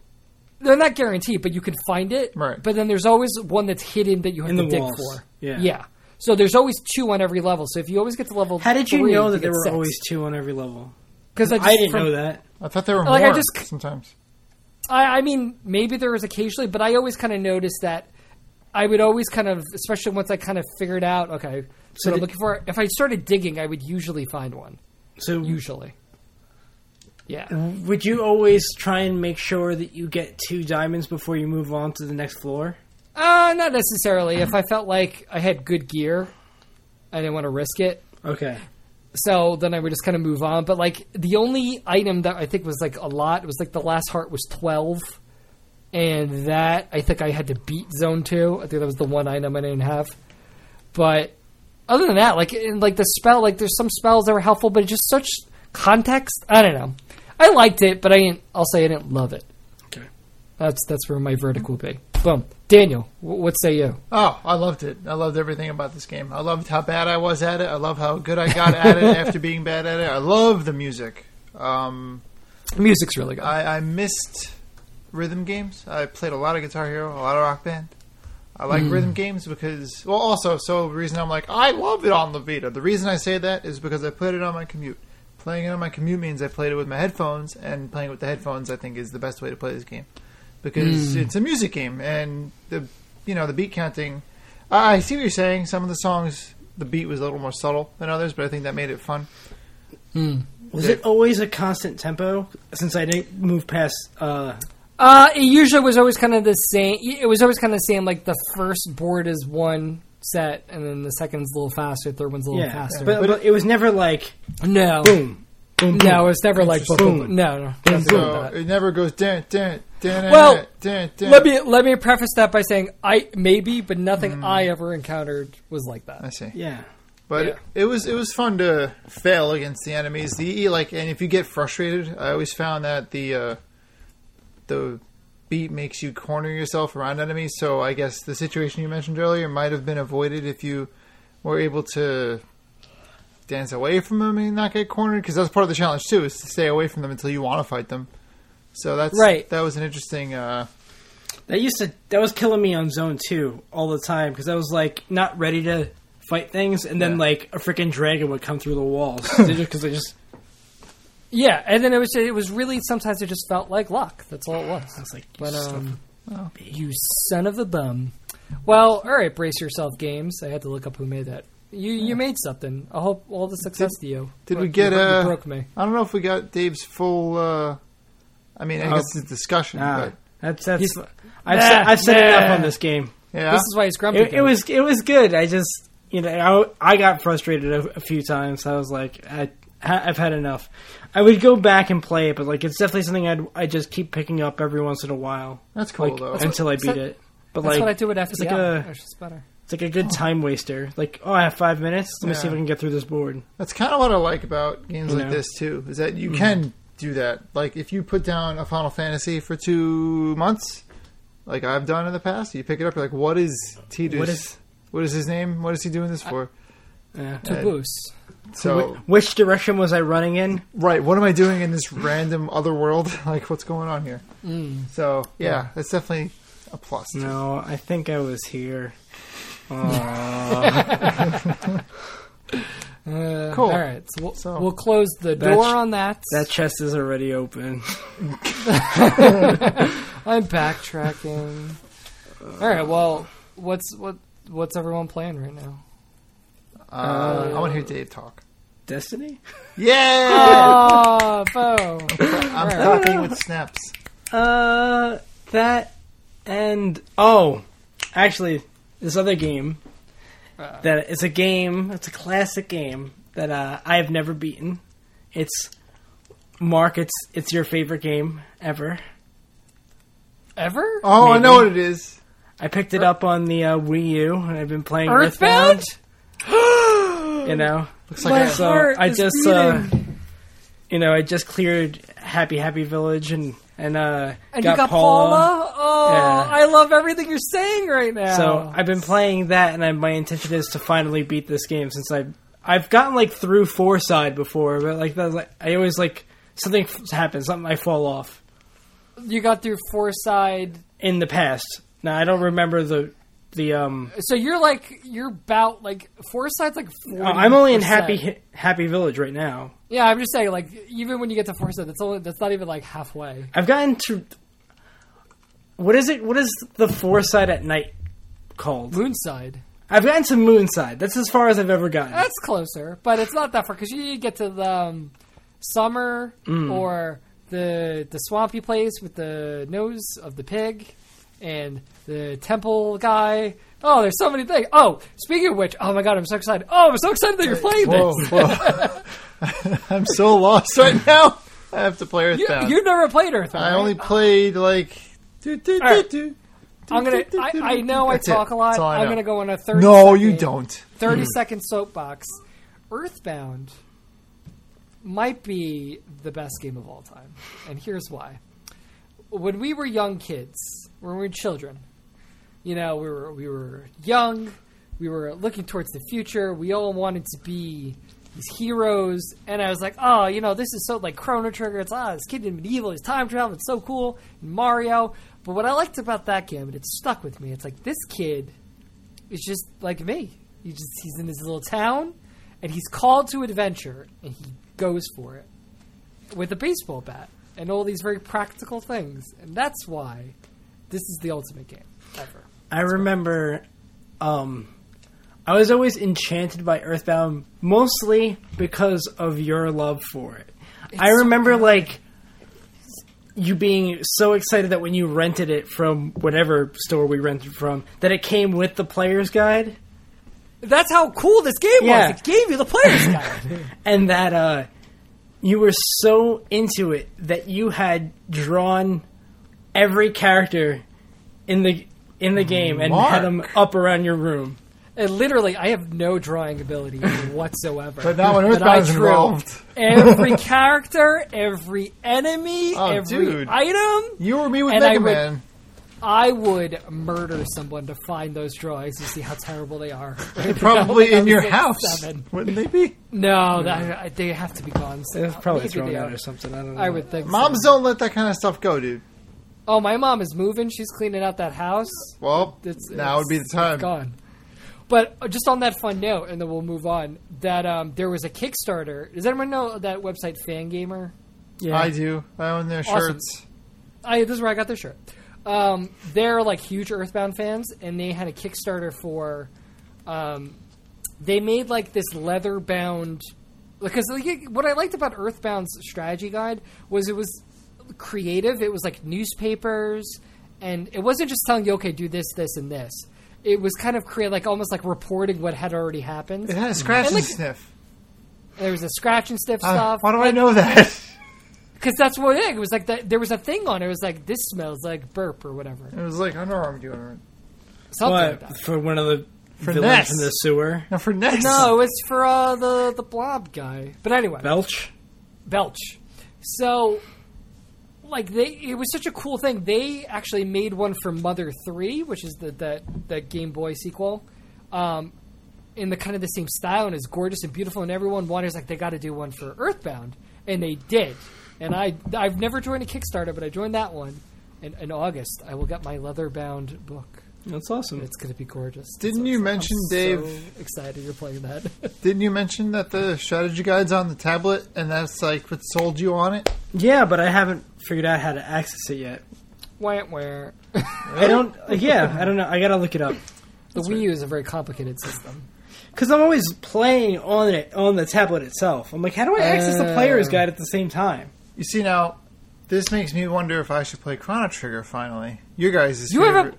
Speaker 1: they're not guaranteed, but you can find it.
Speaker 2: Right.
Speaker 1: But then there's always one that's hidden that you have
Speaker 3: In
Speaker 1: to
Speaker 3: the
Speaker 1: dig
Speaker 3: walls.
Speaker 1: for.
Speaker 3: Yeah.
Speaker 1: So there's always two on every level. So if you always get to level,
Speaker 3: How did you
Speaker 1: three,
Speaker 3: know that
Speaker 1: get
Speaker 3: there were
Speaker 1: six.
Speaker 3: always two on every level?
Speaker 1: Because
Speaker 3: I didn't know that.
Speaker 2: I thought there were
Speaker 1: Like, I
Speaker 2: more
Speaker 1: just-
Speaker 2: sometimes.
Speaker 1: I, I mean, maybe there was occasionally, but I always kind of noticed that I would always kind of, especially once I kind of figured out, okay, so
Speaker 3: So
Speaker 1: what I'm
Speaker 3: did-
Speaker 1: looking for. If I started digging, I would usually find one.
Speaker 3: So
Speaker 1: Usually. Yeah.
Speaker 3: would you always try and make sure that you get two diamonds before you move on to the next floor?
Speaker 1: Uh, not necessarily. If I felt like I had good gear, I didn't want to risk it.
Speaker 3: Okay.
Speaker 1: so then I would just kind of move on. But like the only item that I think was like a lot was like the last heart was twelve, and that I think I had to beat zone two. I think that was the one item I didn't have. But other than that, like in, like the spell, like there's some spells that were helpful, but it's just such context. I don't know. I liked it, but I didn't. I'll say I didn't love it.
Speaker 3: Okay.
Speaker 1: That's that's where my verdict will be. Boom. Daniel, w- what say you?
Speaker 2: Oh, I loved it. I loved everything about this game. I loved how bad I was at it. I love how good I got at it after being bad at it. I love the music. Um,
Speaker 1: The music's really good.
Speaker 2: I, I missed rhythm games. I played a lot of Guitar Hero, a lot of Rock Band. I like
Speaker 1: Hmm.
Speaker 2: rhythm games because, well, also, so the reason I'm like, I love it on the Vita. The reason I say that is because I played it on my commute. Playing it on my commute means I played it with my headphones, and playing with the headphones, I think, is the best way to play this game because
Speaker 1: Hmm.
Speaker 2: it's a music game, and the you know the beat counting. I I see what you're saying. Some of the songs, the beat was a little more subtle than others, but I think that made it fun.
Speaker 3: Was it always a constant tempo? Since I didn't move past, uh,
Speaker 1: Uh, it usually was always kind of the same. It was always kind of the same. Like the first board is one set, and then the second's a little faster, third one's a little
Speaker 3: yeah,
Speaker 1: faster.
Speaker 3: but, but it was never like
Speaker 1: no,
Speaker 3: boom, boom, boom.
Speaker 1: no, it's never like boom.
Speaker 3: Boom.
Speaker 1: No, no, nothing like
Speaker 2: So
Speaker 1: that.
Speaker 2: it never goes dun dun dun.
Speaker 1: Well,
Speaker 2: dun, dun.
Speaker 1: Let me let me preface that by saying I maybe, but nothing
Speaker 3: Mm.
Speaker 1: I ever encountered was like
Speaker 2: I
Speaker 1: that.
Speaker 2: see.
Speaker 3: yeah.
Speaker 2: But
Speaker 1: Yeah.
Speaker 2: it was it was fun to fail against the enemies. The like, and if you get frustrated, I always found that the uh, the beat makes you corner yourself around enemies. So I guess the situation you mentioned earlier might have been avoided if you were able to dance away from them and not get cornered. Because that's part of the challenge too, is to stay away from them until you want to fight them. So that's
Speaker 1: Right.
Speaker 2: That was an interesting. Uh,
Speaker 3: That used to that was killing me on zone two all the time because I was like not ready to fight things, and then like a freaking dragon would come through the walls because I just
Speaker 1: Yeah, and then it was it was really sometimes it just felt like luck. That's all it was.
Speaker 3: I was like, you
Speaker 1: But
Speaker 3: son of
Speaker 1: um,
Speaker 3: a bitch.
Speaker 1: you son of a bum. Well, all right, brace yourself, games. I had to look up who made that. You you made something. I hope all the success to you.
Speaker 2: did
Speaker 1: But
Speaker 2: we get
Speaker 1: you,
Speaker 2: uh,
Speaker 1: you broke me?
Speaker 2: I don't know if we got Dave's full. Uh, I mean, I
Speaker 3: Oh.
Speaker 2: guess it's discussion,
Speaker 3: Nah,
Speaker 2: but.
Speaker 3: that's that's
Speaker 1: He's-
Speaker 3: I've said,
Speaker 1: Nah,
Speaker 3: I've said
Speaker 1: nah.
Speaker 3: enough on this game.
Speaker 2: Yeah.
Speaker 1: This is why he's grumpy.
Speaker 3: It, it was it was good. I just you know I, I got frustrated a, a few times. I was like I I've had enough. I would go back and play it, but like it's definitely something I'd I just keep picking up every once in a while,
Speaker 2: That's cool
Speaker 3: like
Speaker 2: though.
Speaker 3: until I beat
Speaker 1: that-
Speaker 3: it. But
Speaker 1: That's
Speaker 3: like
Speaker 1: what I do with FTL.
Speaker 3: it's like a
Speaker 1: It's just better.
Speaker 3: it's like a good time waster. Like oh I have five minutes. Let me see
Speaker 2: Yeah.
Speaker 3: if I can get through this board.
Speaker 2: That's kind of what I like about games
Speaker 3: You
Speaker 2: like
Speaker 3: know. Mm-hmm.
Speaker 2: this too, is that you can do that. Like if you put down a Final Fantasy for two months, like I've done in the past, you pick it up. You're like, what is Tidus?
Speaker 3: What is-
Speaker 2: what is his name? What is he doing this for?
Speaker 3: Yeah.
Speaker 1: To boost.
Speaker 2: so
Speaker 3: Wh- which direction was I running in?
Speaker 2: right, what am I doing in this random other world? like what's going on here?
Speaker 3: Mm.
Speaker 2: So yeah, that's definitely a plus. too.
Speaker 3: No, I think I was here.
Speaker 1: Uh,
Speaker 2: Cool.
Speaker 1: All right, so we'll,
Speaker 2: So-
Speaker 1: we'll close the
Speaker 3: That's-
Speaker 1: door on that.
Speaker 3: That chest is already open.
Speaker 1: I'm backtracking. All right, well, what's what what's everyone playing right now?
Speaker 2: Uh, I want to
Speaker 3: Oh.
Speaker 2: hear Dave talk.
Speaker 3: Destiny? Uh,
Speaker 2: Yeah,
Speaker 1: Oh, Bo.
Speaker 2: I'm talking with snaps.
Speaker 3: Uh, that and oh, actually, this other game
Speaker 1: Uh.
Speaker 3: that it's a game. It's a classic game that uh, I have never beaten. It's Mark. It's it's your favorite game ever.
Speaker 1: Ever?
Speaker 2: Oh, I
Speaker 3: Maybe.
Speaker 2: know what it is.
Speaker 3: I picked it up on the uh, Wii U and I've been playing
Speaker 1: Earthbound?
Speaker 3: Earthbound, You know,
Speaker 2: Looks like
Speaker 1: My
Speaker 2: I-
Speaker 3: so
Speaker 1: Heart
Speaker 3: I
Speaker 1: is
Speaker 3: just uh, you know I just cleared Happy Happy Village and and uh
Speaker 1: and you got Paula? Oh,
Speaker 3: Yeah.
Speaker 1: I love everything you're saying right now.
Speaker 3: So I've been playing that, and I, my intention is to finally beat this game since I've I've gotten like through four side before, but like that's like I always like something f- happens, something I fall off
Speaker 1: you got through four side.
Speaker 3: in the past. Now I don't remember the the um.
Speaker 1: So you're like you're about like four sides like. 40
Speaker 3: I'm only in Happy Happy Village right now.
Speaker 1: Yeah, I'm just saying like even when you get to four side, that's only that's not even like halfway.
Speaker 3: I've gotten to what is it? What is the four side at night called?
Speaker 1: Moon side.
Speaker 3: I've gotten to moon side. That's as far as I've ever gotten.
Speaker 1: That's closer, but it's not that far because you get to the um, summer
Speaker 2: Mm.
Speaker 1: or the the swampy place with the nose of the pig and the temple guy. Oh, there's so many things. Oh, speaking of which, oh my god, I'm so excited. Oh, I'm so excited that you're playing
Speaker 2: Whoa,
Speaker 1: this.
Speaker 2: whoa. I'm so lost right now. I have to play
Speaker 1: You,
Speaker 2: Earthbound.
Speaker 1: you've never played Earthbound.
Speaker 2: I
Speaker 1: right?
Speaker 2: only played like. do, do, do,
Speaker 1: Alright.
Speaker 2: do, do,
Speaker 1: I'm gonna.
Speaker 2: do,
Speaker 1: I,
Speaker 2: do, do,
Speaker 1: I
Speaker 2: do.
Speaker 1: know I
Speaker 2: That's it.
Speaker 1: talk a lot.
Speaker 2: That's all I
Speaker 1: I'm
Speaker 2: know.
Speaker 1: gonna go on a thirty.
Speaker 2: No, you
Speaker 1: second-
Speaker 2: don't.
Speaker 1: Thirty second soapbox. Earthbound might be the best game of all time, and here's why. When we were young kids, when we were children, You know, we were we were young, we were looking towards the future. We all wanted to be these heroes, and I was like, oh, you know, this is so like Chrono Trigger. It's ah, this kid in medieval, he's time travel. It's so cool, and Mario. But what I liked about that game, and it stuck with me, it's like this kid is just like me. He just he's in this little town, and he's called to adventure, and he goes for it with a baseball bat and all these very practical things. And that's why this is the ultimate game ever.
Speaker 3: I remember um, I was always enchanted by Earthbound mostly because of your love for it. I
Speaker 1: so
Speaker 3: remember
Speaker 1: good.
Speaker 3: like you being so excited that when you rented it from whatever store we rented from that it came with the player's guide
Speaker 1: That's how cool this game
Speaker 3: Yeah.
Speaker 1: was. It gave you the player's guide.
Speaker 3: and that uh you were so into it that you had drawn every character in the in the game and had 'em had them up around your room.
Speaker 1: and literally, I have no drawing ability whatsoever.
Speaker 2: But now when
Speaker 1: But I
Speaker 2: Earthbound is
Speaker 1: drew
Speaker 2: involved,
Speaker 1: every character, every enemy,
Speaker 2: Oh,
Speaker 1: every
Speaker 2: dude.
Speaker 1: item.
Speaker 2: you or me with
Speaker 1: And I
Speaker 2: Mega
Speaker 1: would-
Speaker 2: Man.
Speaker 1: I would murder someone to find those drawings to see how terrible they are.
Speaker 2: Probably
Speaker 1: Like, I
Speaker 2: in
Speaker 1: was
Speaker 2: your
Speaker 1: like
Speaker 2: house,
Speaker 1: seven.
Speaker 2: wouldn't they be?
Speaker 1: No, that, they have to be gone.
Speaker 3: It was probably
Speaker 1: Maybe
Speaker 3: thrown
Speaker 1: they
Speaker 3: out
Speaker 1: are.
Speaker 3: or something. I don't know.
Speaker 1: I would think. so.
Speaker 2: Moms don't let that kind of stuff go, dude.
Speaker 1: Oh, my mom is moving. She's cleaning out that house.
Speaker 2: Well,
Speaker 1: It's-
Speaker 2: now would be the
Speaker 1: it's
Speaker 2: time.
Speaker 1: Gone. But uh, just on that fun note, and then we'll move on. That um, there was a Kickstarter. Does anyone know that website Fangamer?
Speaker 3: Yeah.
Speaker 2: I do. I own their
Speaker 1: Awesome.
Speaker 2: shirts.
Speaker 1: I this is where I got this shirt. Um, they're like huge Earthbound fans, and they had a Kickstarter for. Um, they made like this leather bound because like, what I liked about Earthbound's strategy guide was it was creative. It was like newspapers, and it wasn't just telling you, okay, do this, this, and this. It was kind of create like almost like reporting what had already happened.
Speaker 2: It had a scratch
Speaker 1: And,
Speaker 2: and
Speaker 1: like,
Speaker 2: sniff.
Speaker 1: There was a scratch and sniff
Speaker 2: Uh,
Speaker 1: stuff.
Speaker 2: why do I know that?
Speaker 1: Because that's what it, it was like. That, there was a thing on it. It was like this smells like burp or whatever.
Speaker 2: It was like underarm deodorant.
Speaker 1: Something like that.
Speaker 3: What, for one of the
Speaker 2: Ness.
Speaker 3: villains in the sewer?
Speaker 2: Now for next,
Speaker 1: No, it's for uh, the the blob guy. But anyway,
Speaker 3: Belch?
Speaker 1: belch. So, like they, it was such a cool thing. They actually made one for Mother Three, which is the that that Game Boy sequel, um, in the kind of the same style and is gorgeous and beautiful. And everyone wonders like they got to do one for Earthbound, and they did. And I I've never joined a Kickstarter, but I joined that one. In, in August, I will get my leather bound book.
Speaker 3: That's awesome.
Speaker 1: It's going to be gorgeous.
Speaker 2: Didn't you
Speaker 1: I'm
Speaker 2: mention,
Speaker 1: so
Speaker 2: Dave-
Speaker 1: excited you're playing that.
Speaker 2: didn't you mention that the strategy guide's on the tablet and that's like what sold you on it?
Speaker 3: yeah, but I haven't figured out how to access it yet.
Speaker 1: Where where
Speaker 3: I don't. uh, Yeah, I don't know. I gotta look it up
Speaker 1: the Wii U is a very complicated system.
Speaker 3: because I'm always playing on it on the tablet itself. I'm like, how do I access the player's
Speaker 1: Uh.
Speaker 3: guide at the same time?
Speaker 2: You see now, this makes me wonder if I should play Chrono Trigger finally. Your guys'
Speaker 1: You have a-
Speaker 2: favorite.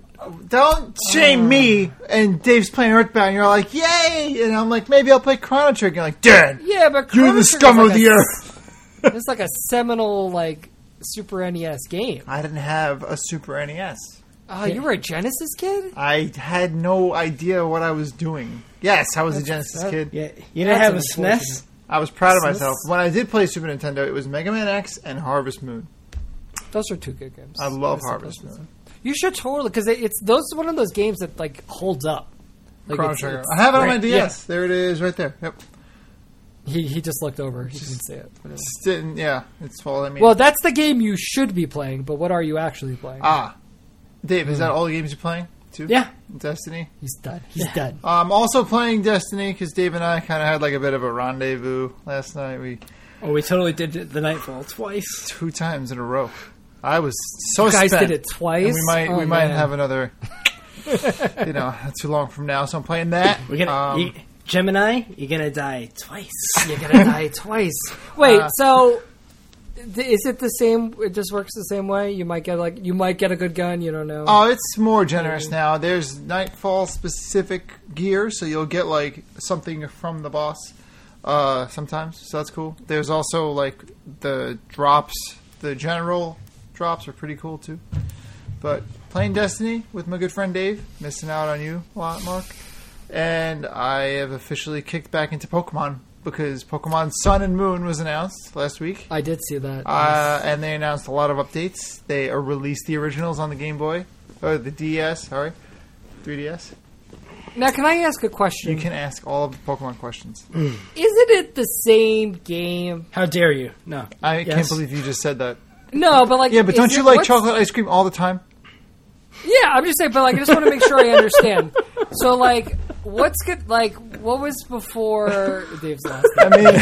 Speaker 2: Don't shame me and Dave's playing Earthbound. You're like, yay! And I'm like, maybe I'll play Chrono Trigger. You're like, Dan,
Speaker 1: Yeah, but
Speaker 2: you're the scum of the earth.
Speaker 1: It's like a seminal like Super NES game.
Speaker 2: I didn't have a Super NES.
Speaker 1: Oh, you were a Genesis kid.
Speaker 2: I had no idea what I was doing. Yes, I was a Genesis
Speaker 1: that-
Speaker 2: kid.
Speaker 3: Yeah, you didn't
Speaker 1: That's
Speaker 3: have a
Speaker 1: unfortunate.
Speaker 3: SNES.
Speaker 2: I was proud of
Speaker 3: Genesis?
Speaker 2: myself. When I did play Super Nintendo, it was Mega Man X and Harvest Moon.
Speaker 1: Those are two good games.
Speaker 2: I love
Speaker 1: Those are
Speaker 2: Harvest
Speaker 1: those.
Speaker 2: Moon.
Speaker 1: You should totally because it's those one of those games that like holds up. Like,
Speaker 2: Chrono
Speaker 1: it's-
Speaker 2: Trigger.
Speaker 1: it's-
Speaker 2: I have it on my
Speaker 1: right,
Speaker 2: DS. There it is, right there. Yep.
Speaker 1: He he just looked over. He didn't see it. Whatever.
Speaker 2: It's didn't- yeah, it's all I mean.
Speaker 1: Well, that's the game you should be playing. But what are you actually playing?
Speaker 2: ah, Dave,
Speaker 1: Hmm.
Speaker 2: is that all the games you're playing? Too?
Speaker 3: Yeah,
Speaker 2: Destiny.
Speaker 1: He's done. He's done.
Speaker 2: I'm also playing Destiny because Dave and I kind of had like a bit of a rendezvous last night. We
Speaker 3: oh, we totally did it the Nightfall twice.
Speaker 2: two times in a row. I was so
Speaker 1: You guys
Speaker 2: spent.
Speaker 1: did it twice.
Speaker 2: And we might
Speaker 1: Oh,
Speaker 2: we might
Speaker 1: man.
Speaker 2: have another. you know, too long from now, so I'm playing that.
Speaker 3: We're gonna
Speaker 2: Um,
Speaker 3: you, Gemini. You're gonna die twice.
Speaker 1: You're gonna die twice. Wait,
Speaker 2: Uh,
Speaker 1: so th- is it the same? It just works the same way. You might get like you might get a good gun. You don't know.
Speaker 2: Oh, it's more generous now. There's Nightfall specific gear, so you'll get like something from the boss uh, sometimes. So that's cool. There's also like the drops. The general drops are pretty cool too. But playing Destiny with my good friend Dave, missing out on you a lot, Mark. And I have officially kicked back into Pokemon because Pokemon Sun and Moon was announced last week.
Speaker 1: I did see that.
Speaker 2: Uh, and they announced a lot of updates. They uh, released the originals on the Game Boy, or the DS, sorry. 3DS.
Speaker 1: Now, can I ask a question?
Speaker 2: You can ask all of the Pokemon questions.
Speaker 1: Isn't it the same game?
Speaker 3: How dare you? No.
Speaker 2: I
Speaker 3: Yes.
Speaker 2: can't believe you just said that.
Speaker 1: No, but like,
Speaker 2: Yeah, but
Speaker 1: is
Speaker 2: don't
Speaker 1: it-
Speaker 2: you like
Speaker 1: what's-
Speaker 2: chocolate ice cream all the time?
Speaker 1: Yeah, I'm just saying, but like, I just want to make sure I understand. so, like, what's good? Like, what was before Dave's last? Name?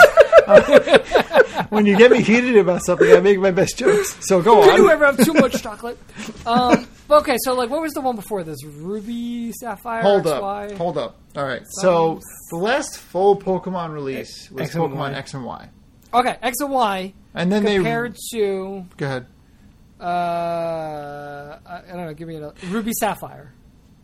Speaker 2: I mean, when you get me heated about something, I make my best jokes. So go
Speaker 1: Do you
Speaker 2: on.
Speaker 1: ever have too much chocolate? Um, okay, so like, what was the one before this? Ruby Sapphire.
Speaker 2: Hold
Speaker 1: XY?
Speaker 2: up. Hold up. All right. So the last full Pokemon release was
Speaker 3: X and
Speaker 2: Pokemon
Speaker 3: Y.
Speaker 2: X and Y.
Speaker 1: Okay, X and Y
Speaker 2: And then
Speaker 1: compared to
Speaker 2: they. Go ahead.
Speaker 1: uh, I I don't know. Give me another Ruby Sapphire.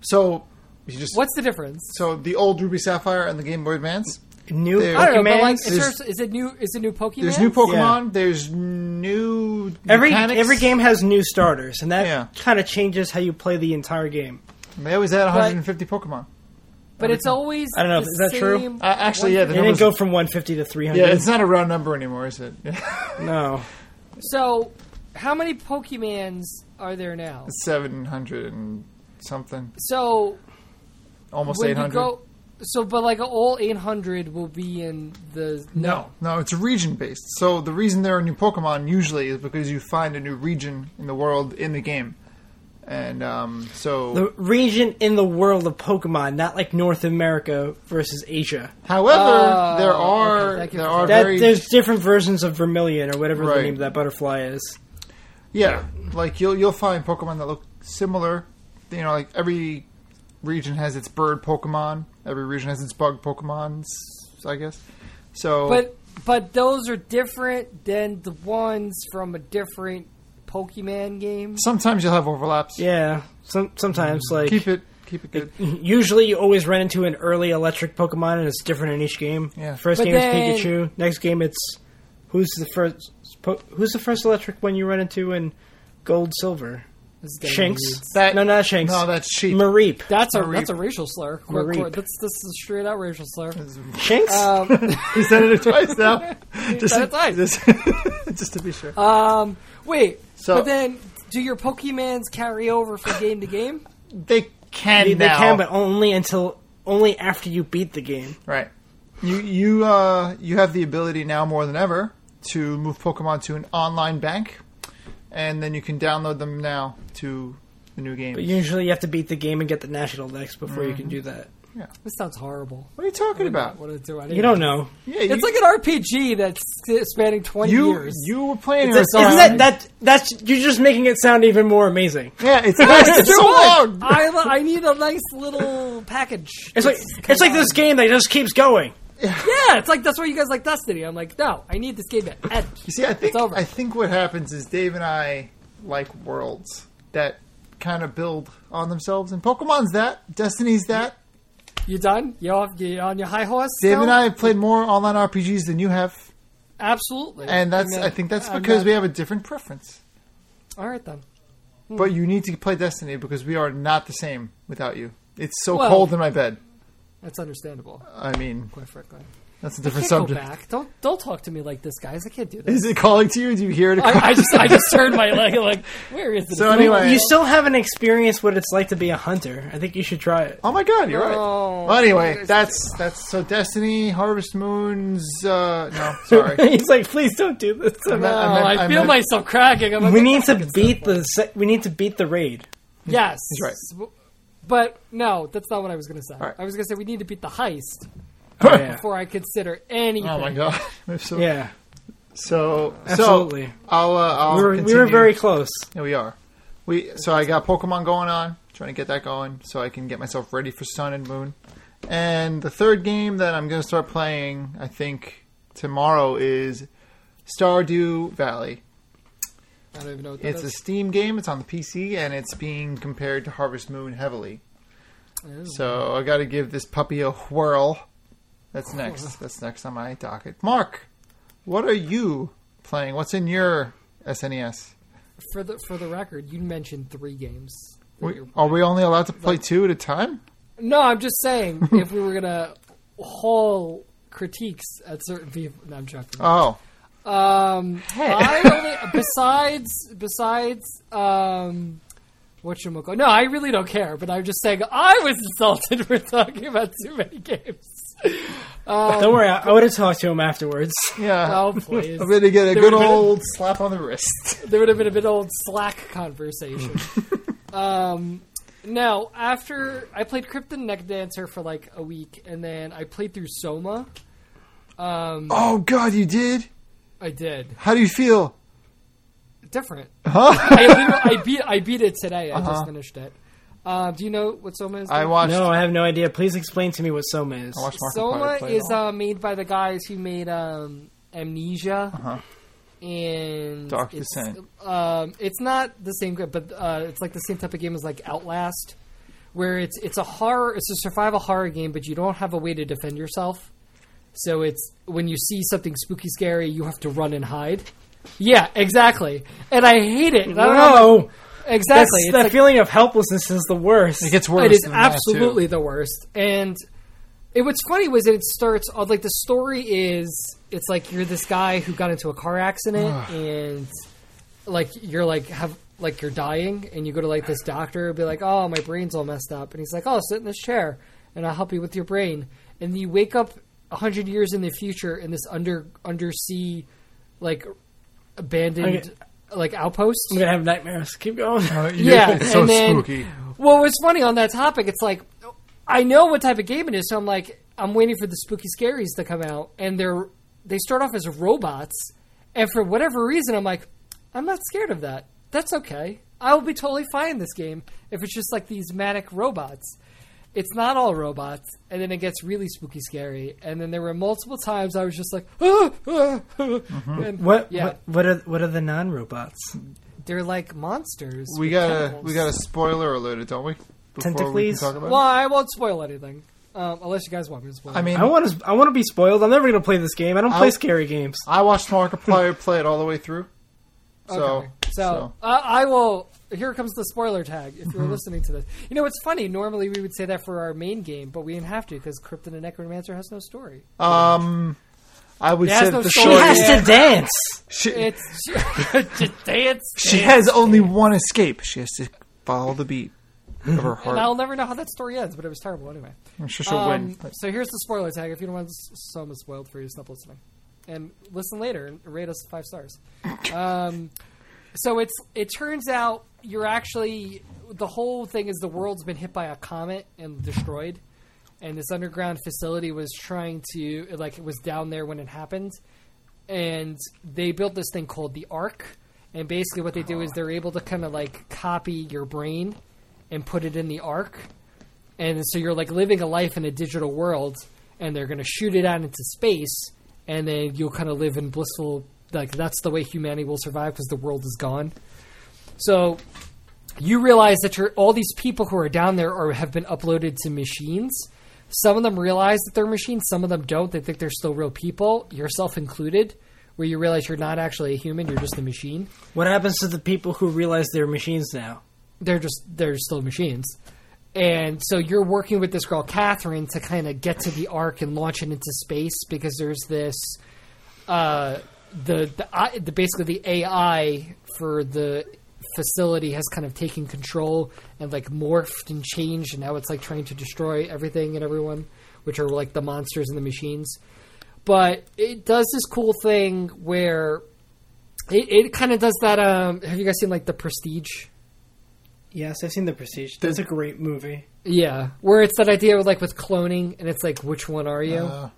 Speaker 2: So you just.
Speaker 1: What's the difference?
Speaker 2: So the old Ruby Sapphire and the Game Boy Advance.
Speaker 3: New
Speaker 2: There.
Speaker 1: I don't know, but like,
Speaker 3: Pokemans.
Speaker 1: is, there, is it new? Is it new Pokemon?
Speaker 2: There's new Pokemon. There's new
Speaker 3: every
Speaker 2: mechanics.
Speaker 3: every game has new starters, and that
Speaker 2: Yeah.
Speaker 3: kind of changes how you play the entire game.
Speaker 2: They always add 150 Pokemon.
Speaker 1: but it's always.
Speaker 3: I don't know,
Speaker 1: the
Speaker 3: is that true?
Speaker 1: same
Speaker 2: Uh, actually, yeah,
Speaker 1: one-
Speaker 2: the
Speaker 3: It didn't
Speaker 2: numbers,
Speaker 3: go from 150 to 300.
Speaker 2: yeah, it's not a round number anymore, is it?
Speaker 3: no.
Speaker 1: So, how many Pokemons are there now?
Speaker 2: 700 and something,
Speaker 1: So
Speaker 2: almost
Speaker 1: when you
Speaker 2: 800.
Speaker 1: go, so but like all 800 will be in the
Speaker 2: No, no, it's region based. So the reason there are new Pokemon usually is because you find a new region in the world in the game, and um, so
Speaker 3: The region in the world of Pokemon, not like North America versus Asia.
Speaker 2: however
Speaker 3: Ah,
Speaker 1: Oh,
Speaker 2: there
Speaker 1: okay,
Speaker 2: are
Speaker 1: that gives
Speaker 2: there
Speaker 1: us
Speaker 2: are
Speaker 1: a-
Speaker 3: That
Speaker 2: very
Speaker 3: there's different versions of Vermilion or whatever the
Speaker 2: Right.
Speaker 3: name of that butterfly is.
Speaker 2: Yeah, like you'll you'll find Pokemon that look similar. You know, like every region has its bird Pokemon. Every region has its bug Pokemon. s- I guess. So,
Speaker 1: But but those are different than the ones from a different Pokemon game.
Speaker 2: sometimes you'll have overlaps.
Speaker 3: Yeah. Some, sometimes like
Speaker 2: Keep it, keep it good.
Speaker 3: usually you always run into an early electric Pokemon and it's different in each game.
Speaker 2: Yeah.
Speaker 3: First
Speaker 1: But
Speaker 3: game
Speaker 1: then-
Speaker 3: is Pikachu. Next game it's who's the first po- who's the first electric one you run into in Gold Silver.
Speaker 1: This is
Speaker 3: Shanks.
Speaker 1: getting weird.
Speaker 2: That-
Speaker 3: no, not Shanks.
Speaker 2: No, that's cheap.
Speaker 3: Mareep.
Speaker 1: That's a
Speaker 2: Mareep.
Speaker 1: that's a racial slur. Quite-
Speaker 3: Mareep.
Speaker 1: quite- That's this is a straight out racial slur.
Speaker 3: Shanks.
Speaker 1: Um,
Speaker 2: he said it twice now. just,
Speaker 1: said it twice.
Speaker 2: Just, just to be sure.
Speaker 1: um, wait.
Speaker 2: So-
Speaker 1: but then, do your Pokemons carry over from game to game?
Speaker 2: they can
Speaker 3: they, they
Speaker 2: now.
Speaker 3: can, but only until only after you beat the game.
Speaker 2: Right. You you uh you have the ability now more than ever to move Pokemon to an online bank, and then you can download them now to the new game.
Speaker 3: But usually you have to beat the game and get the national decks before you can do that.
Speaker 1: This sounds horrible.
Speaker 2: what are you talking about?
Speaker 1: What did I do? I didn't-
Speaker 3: You don't know.
Speaker 2: Yeah,
Speaker 1: It's
Speaker 2: you,
Speaker 1: like an RPG that's spanning twenty
Speaker 2: you
Speaker 1: years.
Speaker 2: you were playing it.
Speaker 3: That,
Speaker 2: with
Speaker 3: isn't
Speaker 2: someone.
Speaker 3: that, that that's you're just making it sound even more amazing.
Speaker 2: yeah, it's lasted
Speaker 1: Too
Speaker 2: so
Speaker 1: much.
Speaker 2: long.
Speaker 1: I, lo- I need a nice little package.
Speaker 3: It's like
Speaker 1: Come
Speaker 3: it's like
Speaker 1: on.
Speaker 3: this game that just keeps going.
Speaker 1: Yeah, it's like that's why you guys like Destiny. I'm like, no, I need this game to end.
Speaker 2: You see, I think
Speaker 1: It's over.
Speaker 2: I think what happens is Dave and I like worlds that kind of build on themselves, and Pokemon's that, Destiny's that.
Speaker 1: You done? You off? You on your high horse?
Speaker 2: Dave
Speaker 1: still?
Speaker 2: and I have played more online RPGs than you have.
Speaker 1: absolutely.
Speaker 2: And that's
Speaker 1: mean,
Speaker 2: I think that's
Speaker 1: I'm
Speaker 2: because
Speaker 1: not-
Speaker 2: we have a different preference.
Speaker 1: All right then.
Speaker 2: But you need to play Destiny because we are not the same without you. It's so
Speaker 1: Well-
Speaker 2: cold in my bed.
Speaker 1: That's understandable.
Speaker 2: I mean,
Speaker 1: Quite frankly,
Speaker 2: that's a
Speaker 1: I can't
Speaker 2: different subject.
Speaker 1: go back. Don't don't talk to me like this, guys. I can't do this.
Speaker 2: Is it calling to you? Do you hear it?
Speaker 1: I, I just I just turned my leg like where is it?
Speaker 2: So anyway,
Speaker 3: You still haven't experienced what it's like to be a hunter. I think you should try it.
Speaker 2: oh my god, you're right.
Speaker 1: Oh.
Speaker 2: Well, anyway, that's that's so Destiny, Harvest Moon's. Uh, no, sorry.
Speaker 3: He's like, please don't do this. to
Speaker 2: meant-
Speaker 3: me."
Speaker 1: Oh,
Speaker 2: meant-
Speaker 1: I,
Speaker 2: I
Speaker 1: feel
Speaker 2: meant-
Speaker 1: myself cracking. I'm like,
Speaker 3: We need to beat the se- we need to beat the raid.
Speaker 1: yes,
Speaker 2: right.
Speaker 1: But no, that's not what I was going to say.
Speaker 2: right.
Speaker 1: I was going to say we need to beat the heist
Speaker 3: yeah.
Speaker 1: before I consider anything.
Speaker 2: Oh my god. I'm so,
Speaker 3: Yeah,
Speaker 2: So
Speaker 3: absolutely.
Speaker 2: So I'll. Uh, I'll
Speaker 3: we were we were
Speaker 2: continue.
Speaker 3: very close.
Speaker 2: Yeah, we are. We so I got Pokemon going on, trying to get that going, so I can get myself ready for Sun and Moon. And the third game that I'm going to start playing, I think tomorrow is Stardew Valley.
Speaker 1: I don't even know what that
Speaker 2: It's a
Speaker 1: is.
Speaker 2: Steam game. It's on the PC, and it's being compared to Harvest Moon heavily. So I got to give this puppy a whirl. That's next. That's next on my docket. Mark, what are you playing? What's in your E SNES?
Speaker 1: for the for the record, you mentioned three games. that
Speaker 2: We,
Speaker 1: you're-
Speaker 2: are we only allowed to play two at a time?
Speaker 1: No, I'm just saying if we were gonna haul critiques at certain people. No, I'm joking.
Speaker 2: Oh,
Speaker 1: Um, I only besides besides um, whatchamacallit. No, I really don't care, but I'm just saying I was insulted for talking about too many games.
Speaker 3: Don't worry, I, I would have talked to him afterwards.
Speaker 2: Yeah.
Speaker 1: Oh, please.
Speaker 2: I'm going to get a
Speaker 1: There
Speaker 2: good
Speaker 1: would've been-
Speaker 2: old slap on the wrist.
Speaker 1: there would have been a bit old slack conversation. um, now, after I played Krypton Neck Dancer for like a week, and then I played through Soma. Mm. Um,
Speaker 2: Oh, God, you did?
Speaker 1: I did
Speaker 2: How do you feel?
Speaker 1: different.
Speaker 2: Huh? Uh-huh.
Speaker 1: I, literally- I beat I beat it today. I just finished it. Uh, do you know what Soma is?
Speaker 2: I
Speaker 1: Dave?
Speaker 2: watched.
Speaker 3: No, I have no idea. Please explain to me what Soma is.
Speaker 2: I watched Markiplier
Speaker 1: Soma
Speaker 2: play it
Speaker 1: is
Speaker 2: all.
Speaker 1: uh, made by the guys who made um, Amnesia and
Speaker 2: Uh-huh. Dark
Speaker 1: it's,
Speaker 2: Descent.
Speaker 1: Um, it's not the same, but uh, it's like the same type of game as like Outlast, where it's it's a horror, it's a survival horror game, but you don't have a way to defend yourself. So it's when you see something spooky, scary, you have to run and hide. Yeah, exactly. And I hate it. I don't know.
Speaker 3: Whoa!
Speaker 1: Exactly.
Speaker 3: That's,
Speaker 1: It's
Speaker 3: that
Speaker 1: like-
Speaker 3: feeling of helplessness is the worst.
Speaker 2: It gets worse.
Speaker 1: it is
Speaker 2: than that, too.
Speaker 1: absolutely the worst. And it, what's funny was that it starts off like the story is it's like you're this guy who got into a car accident and like you're like have like you're dying and you go to like this doctor and be like, oh my brain's all messed up, and he's like, oh sit in this chair and I'll help you with your brain, and you wake up a hundred years in the future in this under undersea like abandoned
Speaker 3: Okay.
Speaker 1: like outpost.
Speaker 3: I'm gonna have nightmares. Keep going.
Speaker 2: Uh,
Speaker 1: Yeah,
Speaker 2: it's so
Speaker 1: and then-
Speaker 2: spooky.
Speaker 1: Well, what's funny on that topic, it's like I know what type of game it is, so I'm like I'm waiting for the spooky scaries to come out, and they're they start off as robots, and for whatever reason, I'm like I'm not scared of that. That's okay. I will be totally fine in this game if it's just like these manic robots. It's not all robots, and then it gets really spooky scary. And then there were multiple times I was just like, ah, ah, ah,"
Speaker 2: Mm-hmm.
Speaker 1: and
Speaker 3: What,
Speaker 1: Yeah.
Speaker 3: what what are what are the non-robots?
Speaker 1: they're like monsters.
Speaker 2: We
Speaker 1: with
Speaker 2: got a
Speaker 1: tentacles.
Speaker 2: we got a spoiler alert, don't we? Before we can
Speaker 3: Tentacles?
Speaker 2: talk about it?
Speaker 1: Well, I won't spoil anything, um, unless you guys want me to spoil.
Speaker 2: I mean,
Speaker 3: I want to I want to be spoiled. I'm never gonna play this game. I don't play
Speaker 2: I'll-
Speaker 3: scary games.
Speaker 2: I watched Markiplier play it all the way through. So, Mm-hmm.
Speaker 1: Okay. So, uh, I will. Here comes the spoiler tag. If you're listening to this, you know it's funny. Normally we would say that for our main game, but we didn't have to because Krypton and Necromancer has no story.
Speaker 2: so, um, I would
Speaker 1: It has
Speaker 2: say
Speaker 1: no
Speaker 2: that the
Speaker 1: soul.
Speaker 2: story.
Speaker 1: It has
Speaker 3: to dance.
Speaker 2: She,
Speaker 1: It's just dance.
Speaker 2: she has only one escape. She has to follow the beat of her
Speaker 1: And I'll
Speaker 2: heart.
Speaker 1: never know how that story ends, but it was terrible anyway.
Speaker 2: I'm sure she'll
Speaker 1: Um,
Speaker 2: win.
Speaker 1: so here's the spoiler tag. If you don't want s- some spoiled for you, stop listening, and listen later and rate us five stars. Um, so it's it turns out you're actually the whole thing is the world's been hit by a comet and destroyed, and this underground facility was trying to like it was down there when it happened, and they built this thing called the Ark, and basically what they do is they're able to kind of like copy your brain and put it in the Ark and so you're like living a life in a digital world and they're going to shoot it out into space and then you'll kind of live in blissful like that's the way humanity will survive because the world is gone so you realize that you're, all these people who are down there are have been uploaded to machines some of them realize that they're machines some of them don't they think they're still real people yourself included where you realize you're not actually a human you're just a machine
Speaker 3: What happens to the people who realize they're machines now?
Speaker 1: they're just they're still machines. And so you're working with this girl Catherine to kind of get to the arc and launch it into space because there's this uh, the the, I, the basically the AI for the facility has kind of taken control and like morphed and changed and now it's like trying to destroy everything and everyone, which are like the monsters and the machines. But it does this cool thing where it, it kind of does that. Um, have you guys seen like the Prestige?
Speaker 3: Yes, I've seen The Prestige. That's a great movie.
Speaker 1: Yeah, where it's that idea of, like with cloning, and it's like, which one are you?
Speaker 2: Uh,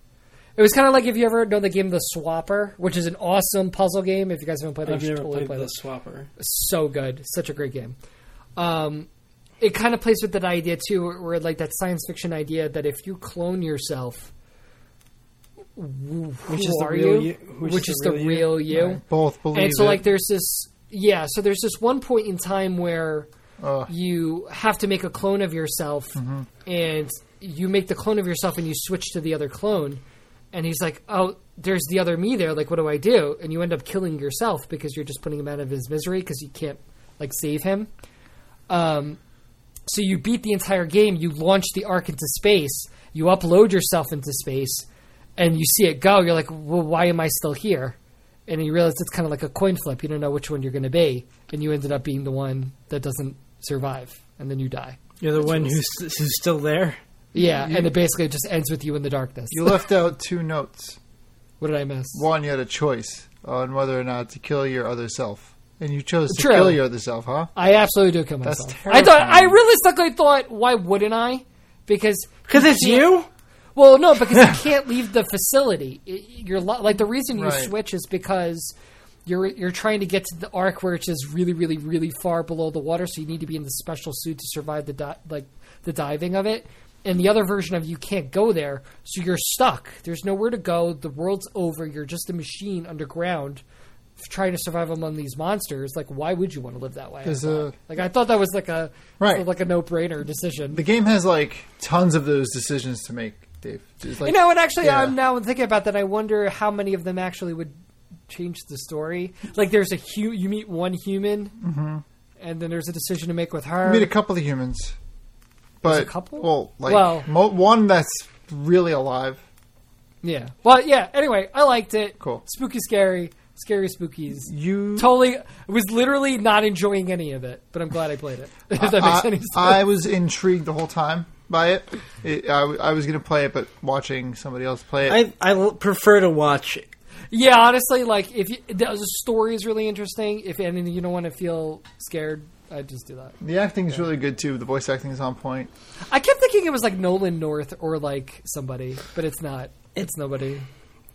Speaker 1: it was kind of like if you ever know the game The Swapper, which is an awesome puzzle game. If you guys haven't played it, you
Speaker 3: I've
Speaker 1: should
Speaker 3: never
Speaker 1: totally
Speaker 3: played
Speaker 1: play
Speaker 3: The
Speaker 1: this.
Speaker 3: Swapper.
Speaker 1: So good, such a great game. Um, it kind of plays with that idea too, where, where like that science fiction idea that if you clone yourself, which
Speaker 3: is the
Speaker 1: are
Speaker 3: real
Speaker 1: you?
Speaker 3: you- which
Speaker 1: Which is the real you?
Speaker 2: both believe
Speaker 1: And so,
Speaker 2: it.
Speaker 1: like, there's this, yeah. So there's this one point in time where
Speaker 2: Ugh. Mm-hmm.
Speaker 1: you have to make a clone of yourself, and you make the clone of yourself, and you switch to the other clone. And he's like, "Oh, there's the other me there. Like, what do I do?" And you end up killing yourself because you're just putting him out of his misery because you can't like save him. Um, so you beat the entire game. You launch the arc into space. You upload yourself into space, and you see it go. You're like, "Well, why am I still here?" And you realize it's kind of like a coin flip. You don't know which one you're going to be, and you ended up being the one that doesn't survive, and then you die.
Speaker 3: You're the one who's, who's still there.
Speaker 1: Yeah, and it basically just ends with you in the darkness.
Speaker 2: You left out two notes.
Speaker 1: what did I miss?
Speaker 2: One, you had a choice on whether or not to kill your other self, and you chose to
Speaker 1: True.
Speaker 2: kill your other self, huh?
Speaker 1: I absolutely do kill
Speaker 2: That's
Speaker 1: myself. I thought I
Speaker 2: terrifying.
Speaker 1: realistically thought, why wouldn't I? Because
Speaker 3: Because it's you?
Speaker 1: Well, no, because you can't leave the facility. I- You're lo- like the reason you
Speaker 2: Right.
Speaker 1: switch is because you're you're trying to get to the arc where it's just really, really, really far below the water, so you need to be in the special suit to survive the di- like the diving of it. And the other version of you can't go there, so you're stuck. There's nowhere to go. The world's over. You're just a machine underground, f- trying to survive among these monsters. Like, why would you want to live that way? I
Speaker 2: There's
Speaker 1: thought.
Speaker 2: a-
Speaker 1: like, I thought that was like a
Speaker 2: Right.
Speaker 1: sort of like a no brainer decision.
Speaker 2: The game has like tons of those decisions to make, Dave. It's like-
Speaker 1: you know, and actually,
Speaker 2: yeah.
Speaker 1: I'm now thinking about that. I wonder how many of them actually would change the story. Like, there's a hu- you meet one human, and then there's a decision to make with her.
Speaker 2: I mean, Mm-hmm. a couple of humans, but
Speaker 1: a couple?
Speaker 2: Well, like
Speaker 1: Well-
Speaker 2: mo- one that's really alive.
Speaker 1: yeah. Well, yeah. Anyway, I liked it.
Speaker 2: Cool.
Speaker 1: Spooky, scary, scary spookies.
Speaker 2: You
Speaker 1: Totally, I was literally not enjoying any of it, but I'm glad I played it. If that makes
Speaker 2: I,
Speaker 1: any sense.
Speaker 2: I was intrigued the whole time by it. it I, w- I was going to play it, but watching somebody else play it,
Speaker 3: I, I l- prefer to watch
Speaker 1: yeah, honestly, like if you, the the story is really interesting, if and you don't want to feel scared, I just do that.
Speaker 2: the acting is really good too. The voice acting is on point.
Speaker 1: I kept thinking it was like Nolan North or like somebody, but it's not. It's nobody.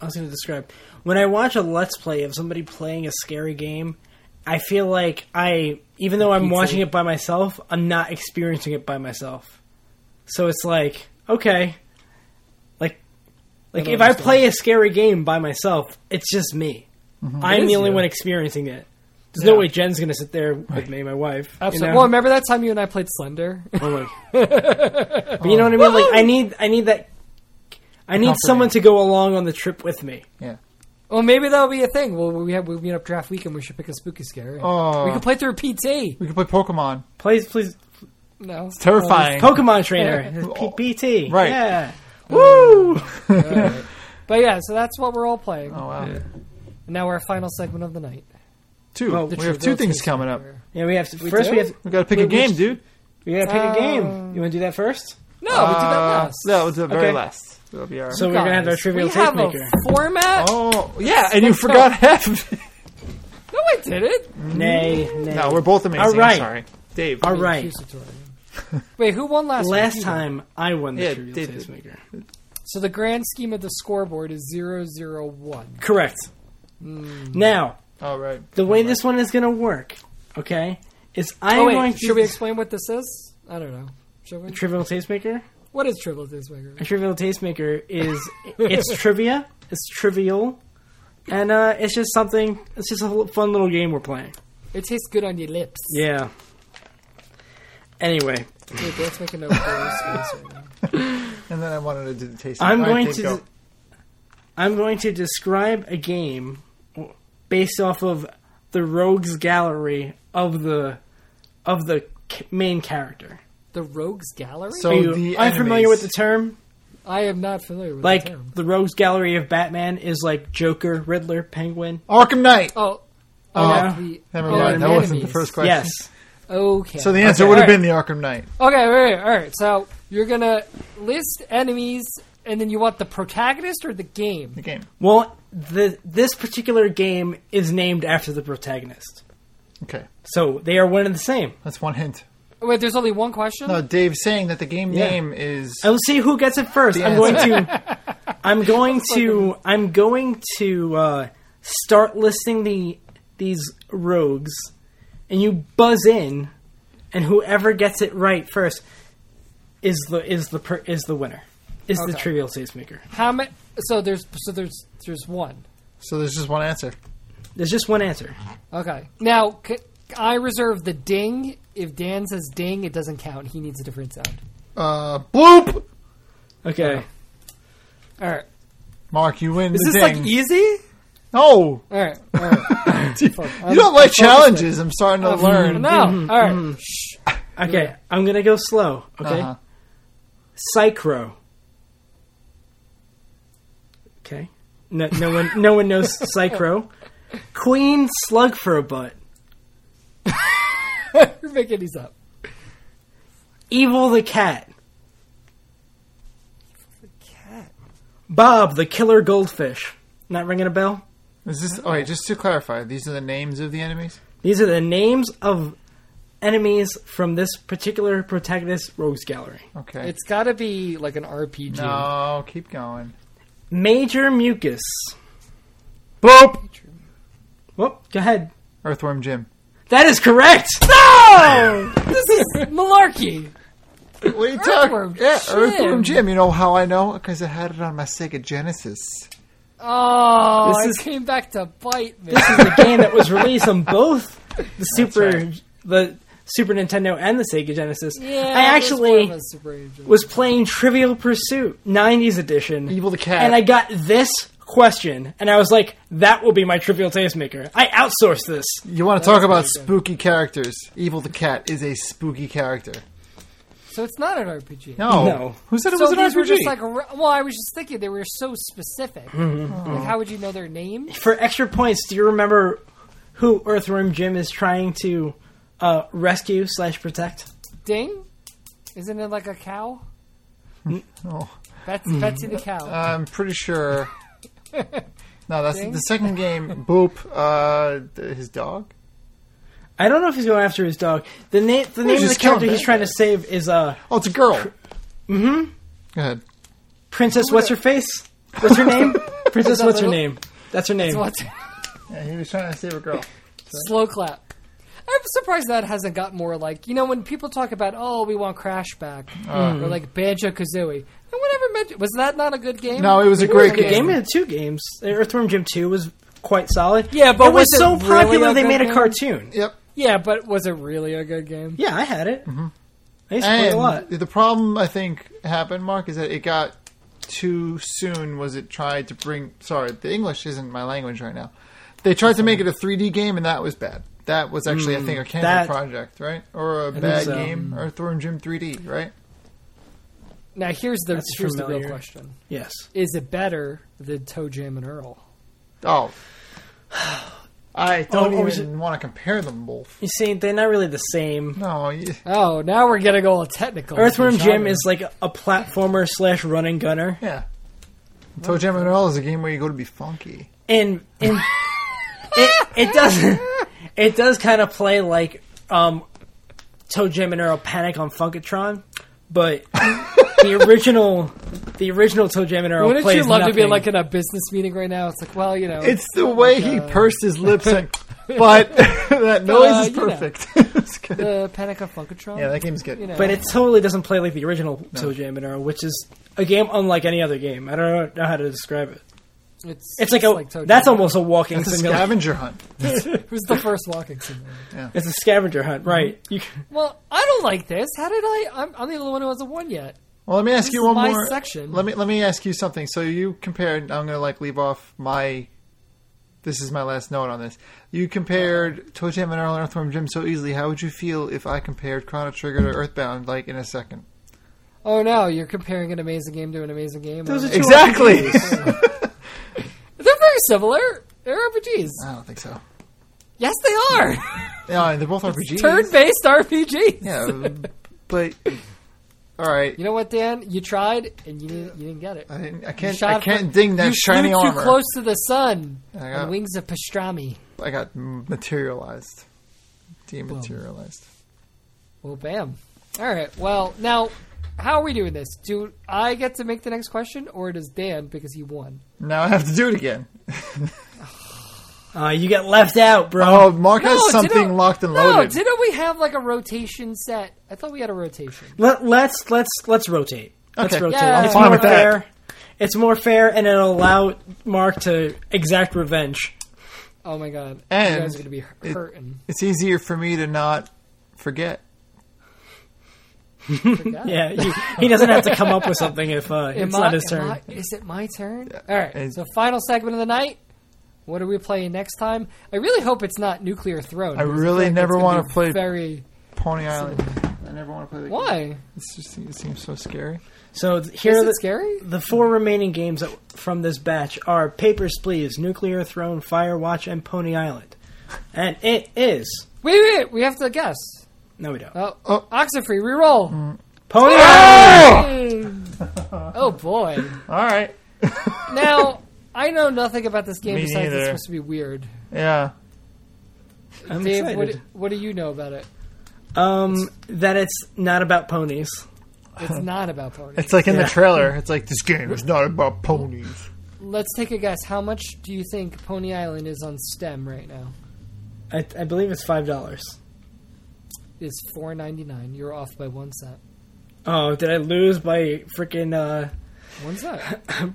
Speaker 3: I was going to describe when I watch a let's play of somebody playing a scary game. I feel like I, even though I'm
Speaker 1: Pizza.
Speaker 3: watching it by myself, I'm not experiencing it by myself. So it's like okay, like like
Speaker 1: don't
Speaker 3: if I
Speaker 1: understand.
Speaker 3: play a scary game by myself, it's just me.
Speaker 1: Mm-hmm. It
Speaker 3: I'm
Speaker 1: is
Speaker 3: the only
Speaker 1: you.
Speaker 3: one experiencing it. There's
Speaker 1: Yeah.
Speaker 3: no way Jen's going to sit there with me, my wife. you
Speaker 1: Absolutely.
Speaker 3: know?
Speaker 1: Well, remember that time you and I played Slender?
Speaker 3: Oh my! but you know what I mean? Like I need, I need that. I need
Speaker 2: Comforting.
Speaker 3: someone to go along on the trip with me.
Speaker 2: Yeah,
Speaker 1: well, maybe that'll be a thing. Well, we have we meet up draft weekend. We should pick a spooky scare.
Speaker 2: Oh.
Speaker 1: we could play through PT.
Speaker 2: we could play Pokemon.
Speaker 3: Please, please,
Speaker 1: No, Um, it's
Speaker 2: Terrifying.
Speaker 3: Pokemon trainer, P- BT.
Speaker 2: Right.
Speaker 3: Yeah. Woo!
Speaker 1: But yeah, so that's what we're all playing.
Speaker 2: oh wow,
Speaker 1: And now our final segment of the night.
Speaker 2: two.
Speaker 3: Well,
Speaker 2: we
Speaker 3: the
Speaker 2: have two
Speaker 1: Trivial
Speaker 2: things
Speaker 1: Taste
Speaker 2: coming up.
Speaker 1: Maker.
Speaker 3: Yeah, we have to. first,
Speaker 1: do?
Speaker 3: we have
Speaker 2: We got to pick a
Speaker 3: Wait,
Speaker 2: game,
Speaker 3: which-
Speaker 2: dude.
Speaker 3: we gotta pick
Speaker 1: Uh,
Speaker 3: a game. You want to do that first?
Speaker 1: No, we did that
Speaker 2: Uh,
Speaker 1: last.
Speaker 2: That was the very
Speaker 3: Okay.
Speaker 2: last. That'll be our-
Speaker 3: So we're gonna have our
Speaker 1: Guys,
Speaker 3: trivial
Speaker 1: we
Speaker 3: taste
Speaker 1: have a
Speaker 3: maker.
Speaker 1: format.
Speaker 2: oh yeah, and you forgot half. of it.
Speaker 1: No, I didn't.
Speaker 3: Nay,
Speaker 1: Hmm?
Speaker 3: nay.
Speaker 2: no, we're both amazing.
Speaker 3: All right.
Speaker 2: I'm sorry, Dave.
Speaker 3: All right.
Speaker 1: Accusatory. Wait, who won last?
Speaker 3: Last
Speaker 1: week?
Speaker 3: time I won the
Speaker 2: Yeah,
Speaker 3: trivial
Speaker 2: did-
Speaker 3: taste maker.
Speaker 1: So the grand scheme of the scoreboard is zero zero one.
Speaker 3: Correct.
Speaker 1: Hmm.
Speaker 3: Now
Speaker 2: All right.
Speaker 3: the way this one is gonna work, okay, is I'm
Speaker 1: Oh
Speaker 3: going
Speaker 1: wait,
Speaker 3: to
Speaker 1: should we explain what this is? I don't know. Should we?
Speaker 3: trivial taste maker.
Speaker 1: What is triple taste maker?
Speaker 3: A trivial tastemaker is it's trivia, it's trivial, and uh, it's just something. It's just a l- fun little game we're playing.
Speaker 1: It tastes good on your lips.
Speaker 3: Yeah. Anyway,
Speaker 1: Wait, let's make a note for our sponsor.
Speaker 2: And then I wanted to do the taste.
Speaker 3: I'm
Speaker 2: All right,
Speaker 3: going
Speaker 2: Dave,
Speaker 3: to
Speaker 2: go.
Speaker 3: I'm going to describe a game based off of the rogues gallery of the of the c- main character.
Speaker 1: The Rogues Gallery.
Speaker 2: So
Speaker 3: Are you
Speaker 2: the
Speaker 3: unfamiliar
Speaker 2: enemies.
Speaker 3: with the term?
Speaker 1: I am not familiar with
Speaker 3: Like
Speaker 1: the term.
Speaker 3: the rogues gallery of Batman is like Joker, Riddler, Penguin.
Speaker 2: Arkham Knight.
Speaker 1: Oh,
Speaker 2: Oh,
Speaker 1: yeah.
Speaker 2: Never
Speaker 1: oh,
Speaker 2: mind.
Speaker 1: and
Speaker 2: That wasn't the
Speaker 1: enemies.
Speaker 2: first question.
Speaker 3: Yes.
Speaker 1: Okay.
Speaker 2: So the answer
Speaker 1: Okay,
Speaker 2: would have
Speaker 1: all right.
Speaker 2: been the Arkham Knight.
Speaker 1: Okay, wait, wait, all right. So you're gonna list enemies, and then you want the protagonist or the game?
Speaker 2: The game.
Speaker 3: Well, the, this particular game is named after the protagonist,
Speaker 2: Okay,
Speaker 3: so they are one and the same.
Speaker 2: that's one hint.
Speaker 1: Wait, there's only one question.
Speaker 2: No, Dave's saying that the game
Speaker 3: Yeah.
Speaker 2: name is.
Speaker 3: I will see who gets it first.
Speaker 2: The
Speaker 3: I'm going to, I'm going to, I'm going to uh, start listing the these rogues, and you buzz in, and whoever gets it right first is the is the per, is the winner. Is the
Speaker 1: Okay.
Speaker 3: trivial taste maker?
Speaker 1: How many? So there's so there's there's one.
Speaker 2: So there's just one answer.
Speaker 3: There's just one answer.
Speaker 1: Okay. Now c- I reserve the ding. If Dan says ding, it doesn't count. He needs a different sound.
Speaker 2: Uh, bloop.
Speaker 3: Okay.
Speaker 1: All right.
Speaker 2: Mark, you win.
Speaker 1: Is
Speaker 2: the
Speaker 1: this
Speaker 2: ding.
Speaker 1: like easy?
Speaker 2: no,
Speaker 1: All right. All right.
Speaker 2: you don't like challenges. I'm starting to learn.
Speaker 1: No. All right. Shh.
Speaker 3: Okay. I'm gonna go slow. Okay.
Speaker 2: Uh-huh.
Speaker 3: Psychro. Okay. No, no one, no one knows Psychro. Queen Slug for a butt.
Speaker 1: You're making these up.
Speaker 3: Evil the cat.
Speaker 1: Cat.
Speaker 3: Bob the killer goldfish. Not ringing a bell?
Speaker 2: Is this? Oh, wait, just to clarify, these are the names of the enemies.
Speaker 3: These are the names of enemies from this particular protagonist rogues gallery.
Speaker 2: Okay.
Speaker 1: It's got to be like an RPG.
Speaker 2: no, keep going.
Speaker 3: Major Mucus.
Speaker 2: Boop.
Speaker 3: Whoop, go ahead.
Speaker 2: Earthworm Jim.
Speaker 3: That is correct!
Speaker 1: No! this is malarkey.
Speaker 2: What are you talking?
Speaker 1: Earthworm
Speaker 2: Yeah,
Speaker 1: Jim.
Speaker 2: Earthworm Jim. You know how I know? Because I had it on my Sega Genesis.
Speaker 1: Oh,
Speaker 3: This
Speaker 1: this
Speaker 3: is-
Speaker 1: came back to bite me.
Speaker 3: This is the game that was released on both the Super the Super Nintendo and the Sega Genesis.
Speaker 1: yeah,
Speaker 3: I
Speaker 1: it
Speaker 3: actually
Speaker 1: was more of a super
Speaker 3: was playing Trivial Pursuit 90s edition.
Speaker 2: Evil the cat.
Speaker 3: and I got this question and I was like that will be my Trivial Tastemaker. I outsourced this.
Speaker 2: you want to talk about spooky characters? Evil the cat is a spooky character.
Speaker 1: so it's not an RPG.
Speaker 2: No.
Speaker 3: No.
Speaker 2: Who said it
Speaker 1: so
Speaker 2: was an
Speaker 1: these
Speaker 2: RPG?
Speaker 1: were just like a re- well, I was just thinking they were so specific. Like, how would you know their name?
Speaker 3: For extra points, do you remember who Earthworm Jim is trying to uh, rescue slash protect?
Speaker 1: Ding, isn't it like a cow?
Speaker 2: Oh.
Speaker 1: That's Betsy the cow.
Speaker 2: I'm pretty sure. No, that's
Speaker 1: Ding.
Speaker 2: the second game. Boop. Uh, th- his dog.
Speaker 3: I don't know if he's going after his dog. The name the name of the
Speaker 2: just killing
Speaker 3: character he's
Speaker 2: bad
Speaker 3: trying to save is uh
Speaker 2: Oh, it's a girl. Mm-hmm. Go ahead.
Speaker 3: Princess What's her face? What's her name? Princess What's her
Speaker 1: little-
Speaker 3: name? That's her name.
Speaker 1: What?
Speaker 2: Yeah, he was trying to save a girl.
Speaker 1: Slow clap. I'm surprised that hasn't got more like you know when people talk about oh we want Crash back
Speaker 3: Uh.
Speaker 1: or like Banjo Kazooie. No one ever mentioned was that not a good game?
Speaker 2: No, it was a great
Speaker 3: The game
Speaker 2: game.
Speaker 3: of the two games, Earthworm Jim Two, was quite solid.
Speaker 1: Yeah, but
Speaker 3: it was,
Speaker 1: was it
Speaker 3: so
Speaker 1: really
Speaker 3: popular
Speaker 1: a
Speaker 3: they
Speaker 1: good
Speaker 3: made a
Speaker 1: game?
Speaker 3: cartoon.
Speaker 2: Yep.
Speaker 1: yeah, but was it really a good game?
Speaker 3: Yeah, I had it.
Speaker 1: Mm-hmm.
Speaker 3: I used to play it a lot.
Speaker 2: And the problem I think happened, Mark, is that it got too soon. Was it tried to bring? Sorry, the English isn't my language right now. They tried to make it a 3D game, and that was bad. That was actually, I think, a Canada
Speaker 3: that-
Speaker 2: project, right? Or a bad
Speaker 3: so.
Speaker 2: game, Earthworm Jim 3D, right?
Speaker 1: Now here's the
Speaker 3: That's
Speaker 1: here's the
Speaker 3: familiar.
Speaker 1: real question:
Speaker 3: Yes,
Speaker 1: Is it better than Toe Jam and Earl?
Speaker 2: Oh. I don't
Speaker 3: Oh, oh, is
Speaker 2: even want to compare them both.
Speaker 3: you see, they're not really the same.
Speaker 2: No, you,
Speaker 1: Oh, now we're getting all technical.
Speaker 3: Earthworm Jim
Speaker 1: Genre.
Speaker 3: is like a platformer slash running gunner,
Speaker 2: yeah. Toe Jam and Earl is a game where you go to be funky.
Speaker 3: and and it it does it does kind of play like um, Toe Jam and Earl Panic on Funkatron, but the original the original Toe Jam and Earl
Speaker 1: Wouldn't
Speaker 3: plays
Speaker 1: you love to be
Speaker 3: nothing.
Speaker 1: like in a business meeting right now? It's like, well, you know,
Speaker 2: It's the way he pursed his lips, and, but that noise
Speaker 1: Uh,
Speaker 2: is
Speaker 1: you know.
Speaker 2: perfect. It's good.
Speaker 1: the Panic of Funkatron.
Speaker 2: yeah, that game's good.
Speaker 1: you know.
Speaker 3: But it totally doesn't play like the original Toe Jam and Earl, which is a game unlike any other game. I don't know how to describe it.
Speaker 1: it's,
Speaker 3: It's like a
Speaker 1: Toe
Speaker 3: that's
Speaker 1: Jam.
Speaker 3: almost a walking
Speaker 2: It's a
Speaker 3: simulator.
Speaker 2: scavenger hunt.
Speaker 1: It was the first walking simulator.
Speaker 3: it's a scavenger hunt, right?
Speaker 1: Mm-hmm.
Speaker 3: You,
Speaker 1: Well, I don't like this. How did I? I'm, I'm the only one who hasn't won yet.
Speaker 2: Well, let me ask
Speaker 1: This
Speaker 2: you
Speaker 1: is
Speaker 2: one
Speaker 1: my
Speaker 2: more
Speaker 1: section.
Speaker 2: Let me let me ask you something. So you compared. I'm going to like leave off my. This is my last note on this. You compared Toe Jam and Earl and Earthworm Jim so easily. How would you feel if I compared Chrono Trigger to Earthbound like in a second?
Speaker 1: Oh no, you're comparing an amazing game to an amazing game.
Speaker 3: Those are
Speaker 1: Uh,
Speaker 3: two
Speaker 2: Exactly.
Speaker 1: They're very similar. They're RPGs.
Speaker 2: I don't think so.
Speaker 1: Yes, they are.
Speaker 2: Yeah, they're both RPGs.
Speaker 1: Turn-based RPGs.
Speaker 2: Yeah, but all right.
Speaker 1: You know what, Dan? You tried and you didn't, you didn't get it.
Speaker 2: I, didn't- I
Speaker 1: You
Speaker 2: can't.
Speaker 1: shot
Speaker 2: I can't
Speaker 1: for-
Speaker 2: ding that
Speaker 1: you
Speaker 2: shiny
Speaker 1: flew
Speaker 2: armor.
Speaker 1: too close to the sun.
Speaker 2: I
Speaker 1: and
Speaker 2: got,
Speaker 1: wings of pastrami.
Speaker 2: I got materialized, dematerialized.
Speaker 1: Well, bam. All right. Well, now how are we doing this? Do I get to make the next question, or does Dan because he won?
Speaker 2: Now I have to do it again.
Speaker 3: Uh, you got left out, bro.
Speaker 2: Oh, Mark has something
Speaker 1: didn't-
Speaker 2: locked and
Speaker 1: No,
Speaker 2: loaded.
Speaker 1: didn't we have like a rotation set? I thought we had a rotation.
Speaker 3: Let, let's let's let's rotate. Let's
Speaker 2: Okay.
Speaker 3: rotate.
Speaker 1: Yeah. I'm
Speaker 3: It's
Speaker 2: fine
Speaker 3: more
Speaker 2: with that.
Speaker 3: fair. It's more fair, and it'll allow Mark to exact revenge.
Speaker 1: Oh my god,
Speaker 2: And
Speaker 1: you guys are gonna be
Speaker 2: it-
Speaker 1: hurting.
Speaker 2: it's easier for me to not forget.
Speaker 3: Yeah, he, he doesn't have to come up with something if uh, it's
Speaker 1: Am I-
Speaker 3: not his
Speaker 1: am
Speaker 3: turn.
Speaker 1: I- is it my turn? All right.
Speaker 2: And-
Speaker 1: so final segment of the night. What are we playing next time? I really hope it's not Nuclear Throne.
Speaker 2: I
Speaker 1: because
Speaker 2: really
Speaker 1: feel like
Speaker 2: never
Speaker 1: that's gonna
Speaker 2: wanna
Speaker 1: be
Speaker 2: play-
Speaker 1: Very.
Speaker 2: Pony Island. I never want to play the game.
Speaker 1: Why?
Speaker 2: It's just, it seems so scary.
Speaker 3: So th- here
Speaker 1: Is
Speaker 3: are
Speaker 1: it
Speaker 3: the,
Speaker 1: scary?
Speaker 3: the four remaining games that, from this batch are Papers, Please, Nuclear Throne, Firewatch, and Pony Island. And it is
Speaker 1: Wait, wait. We have to guess.
Speaker 3: No, we don't.
Speaker 1: Oh,
Speaker 2: Oh.
Speaker 1: Oxenfree, reroll.
Speaker 3: Pony
Speaker 1: Mm. oh boy.
Speaker 2: All right.
Speaker 1: Now I know nothing about this game
Speaker 2: Me
Speaker 1: besides
Speaker 2: neither.
Speaker 1: it's supposed to be weird.
Speaker 2: Yeah.
Speaker 3: I'm
Speaker 1: Dave,
Speaker 3: excited.
Speaker 1: what, what do you know about it?
Speaker 3: um, that it's not about ponies.
Speaker 1: It's not about ponies.
Speaker 2: It's like in
Speaker 3: Yeah.
Speaker 2: the trailer. It's like this game is not about ponies.
Speaker 1: Let's take a guess. How much do you think Pony Island is on STEM right now?
Speaker 3: I, I believe it's five dollars.
Speaker 1: It's four ninety nine. You're off by one cent.
Speaker 3: Oh, did I lose by freaking uh,
Speaker 1: One cent.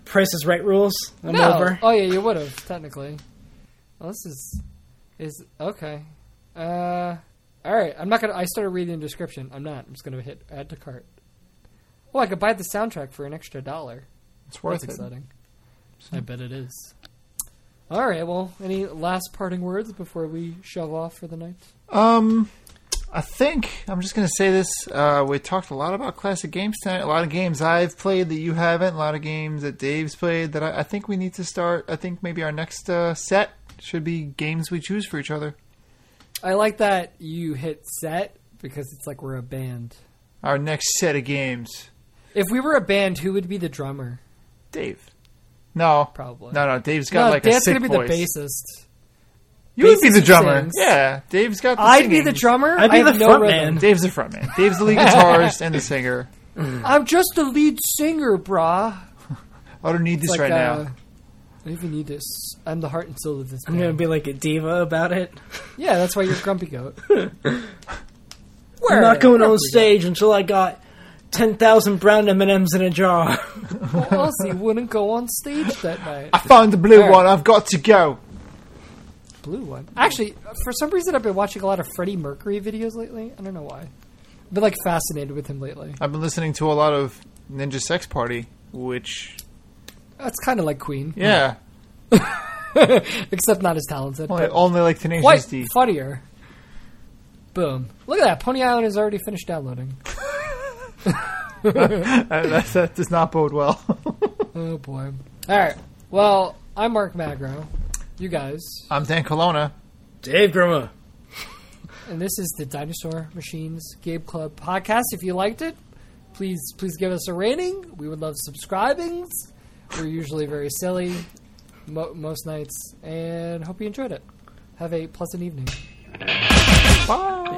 Speaker 3: Price is Right rules? I'm
Speaker 1: no.
Speaker 3: over.
Speaker 1: Oh yeah, you would have technically. Well, this is is okay. Uh, all right. I'm not gonna. I started reading the description. I'm not. I'm just gonna hit add to cart. Well, I could buy the soundtrack for an extra dollar.
Speaker 2: It's
Speaker 1: That's
Speaker 2: worth it.
Speaker 1: exciting. I bet it is. All right. Well, any last parting words before we shove off for the night?
Speaker 2: Um, I think I'm just gonna say this. Uh, we talked a lot about classic games tonight. A lot of games I've played that you haven't. A lot of games that Dave's played that I, I think we need to start. I think maybe our next uh, set should be games we choose for each other.
Speaker 1: I like that you hit set because it's like we're a band.
Speaker 2: Our next set of games,
Speaker 1: If we were a band, who would be the drummer?
Speaker 2: Dave. No,
Speaker 1: Probably.
Speaker 2: no, no. Dave's got
Speaker 1: no,
Speaker 2: like
Speaker 1: Dan's
Speaker 2: a sick
Speaker 1: gonna be
Speaker 2: voice.
Speaker 1: the bassist.
Speaker 2: you would be
Speaker 1: bassist
Speaker 2: the
Speaker 1: who
Speaker 2: drummer.
Speaker 1: sings.
Speaker 2: Yeah, Dave's got. The
Speaker 1: I'd be
Speaker 2: singing.
Speaker 1: the drummer.
Speaker 3: I'd be
Speaker 1: I have
Speaker 3: the
Speaker 1: no
Speaker 3: front
Speaker 1: rhythm.
Speaker 2: Dave's the frontman. Dave's the lead guitarist and the singer.
Speaker 1: I'm just the lead singer, brah.
Speaker 2: I don't need this
Speaker 1: Like,
Speaker 2: right
Speaker 1: uh,
Speaker 2: now.
Speaker 1: I even need this. I'm the heart and soul of this.
Speaker 3: I'm gonna
Speaker 1: band.
Speaker 3: be like a diva about it.
Speaker 1: Yeah, that's why you're grumpy goat.
Speaker 3: I'm not going on
Speaker 1: Grumpy
Speaker 3: stage until I got ten thousand brown M and M's in a jar.
Speaker 1: Goat. Well, Ozzy wouldn't go on stage that night.
Speaker 2: I found the blue
Speaker 1: Alright.
Speaker 2: one. I've got to go.
Speaker 1: Blue one. Actually, for some reason, I've been watching a lot of Freddie Mercury videos lately. I don't know why. I've been like fascinated with him lately.
Speaker 2: I've been listening to a lot of Ninja Sex Party, which
Speaker 1: That's kind of like Queen,
Speaker 2: yeah,
Speaker 1: except not as talented.
Speaker 2: only, only like Tenacious
Speaker 1: Quite
Speaker 2: D.
Speaker 1: funnier. Boom! Look at that. Pony Island is already finished downloading.
Speaker 2: Uh, that, that does not bode well.
Speaker 1: Oh boy. All right. Well, I'm Mark Magro. You guys,
Speaker 2: I'm Dan Colonna.
Speaker 3: Dave Grimmer.
Speaker 1: and this is the Dinosaur Machines Gabe Club podcast. If you liked it, please please give us a rating. We would love subscribings. We're usually very silly mo- most nights, and hope you enjoyed it. Have a pleasant evening.
Speaker 2: Bye.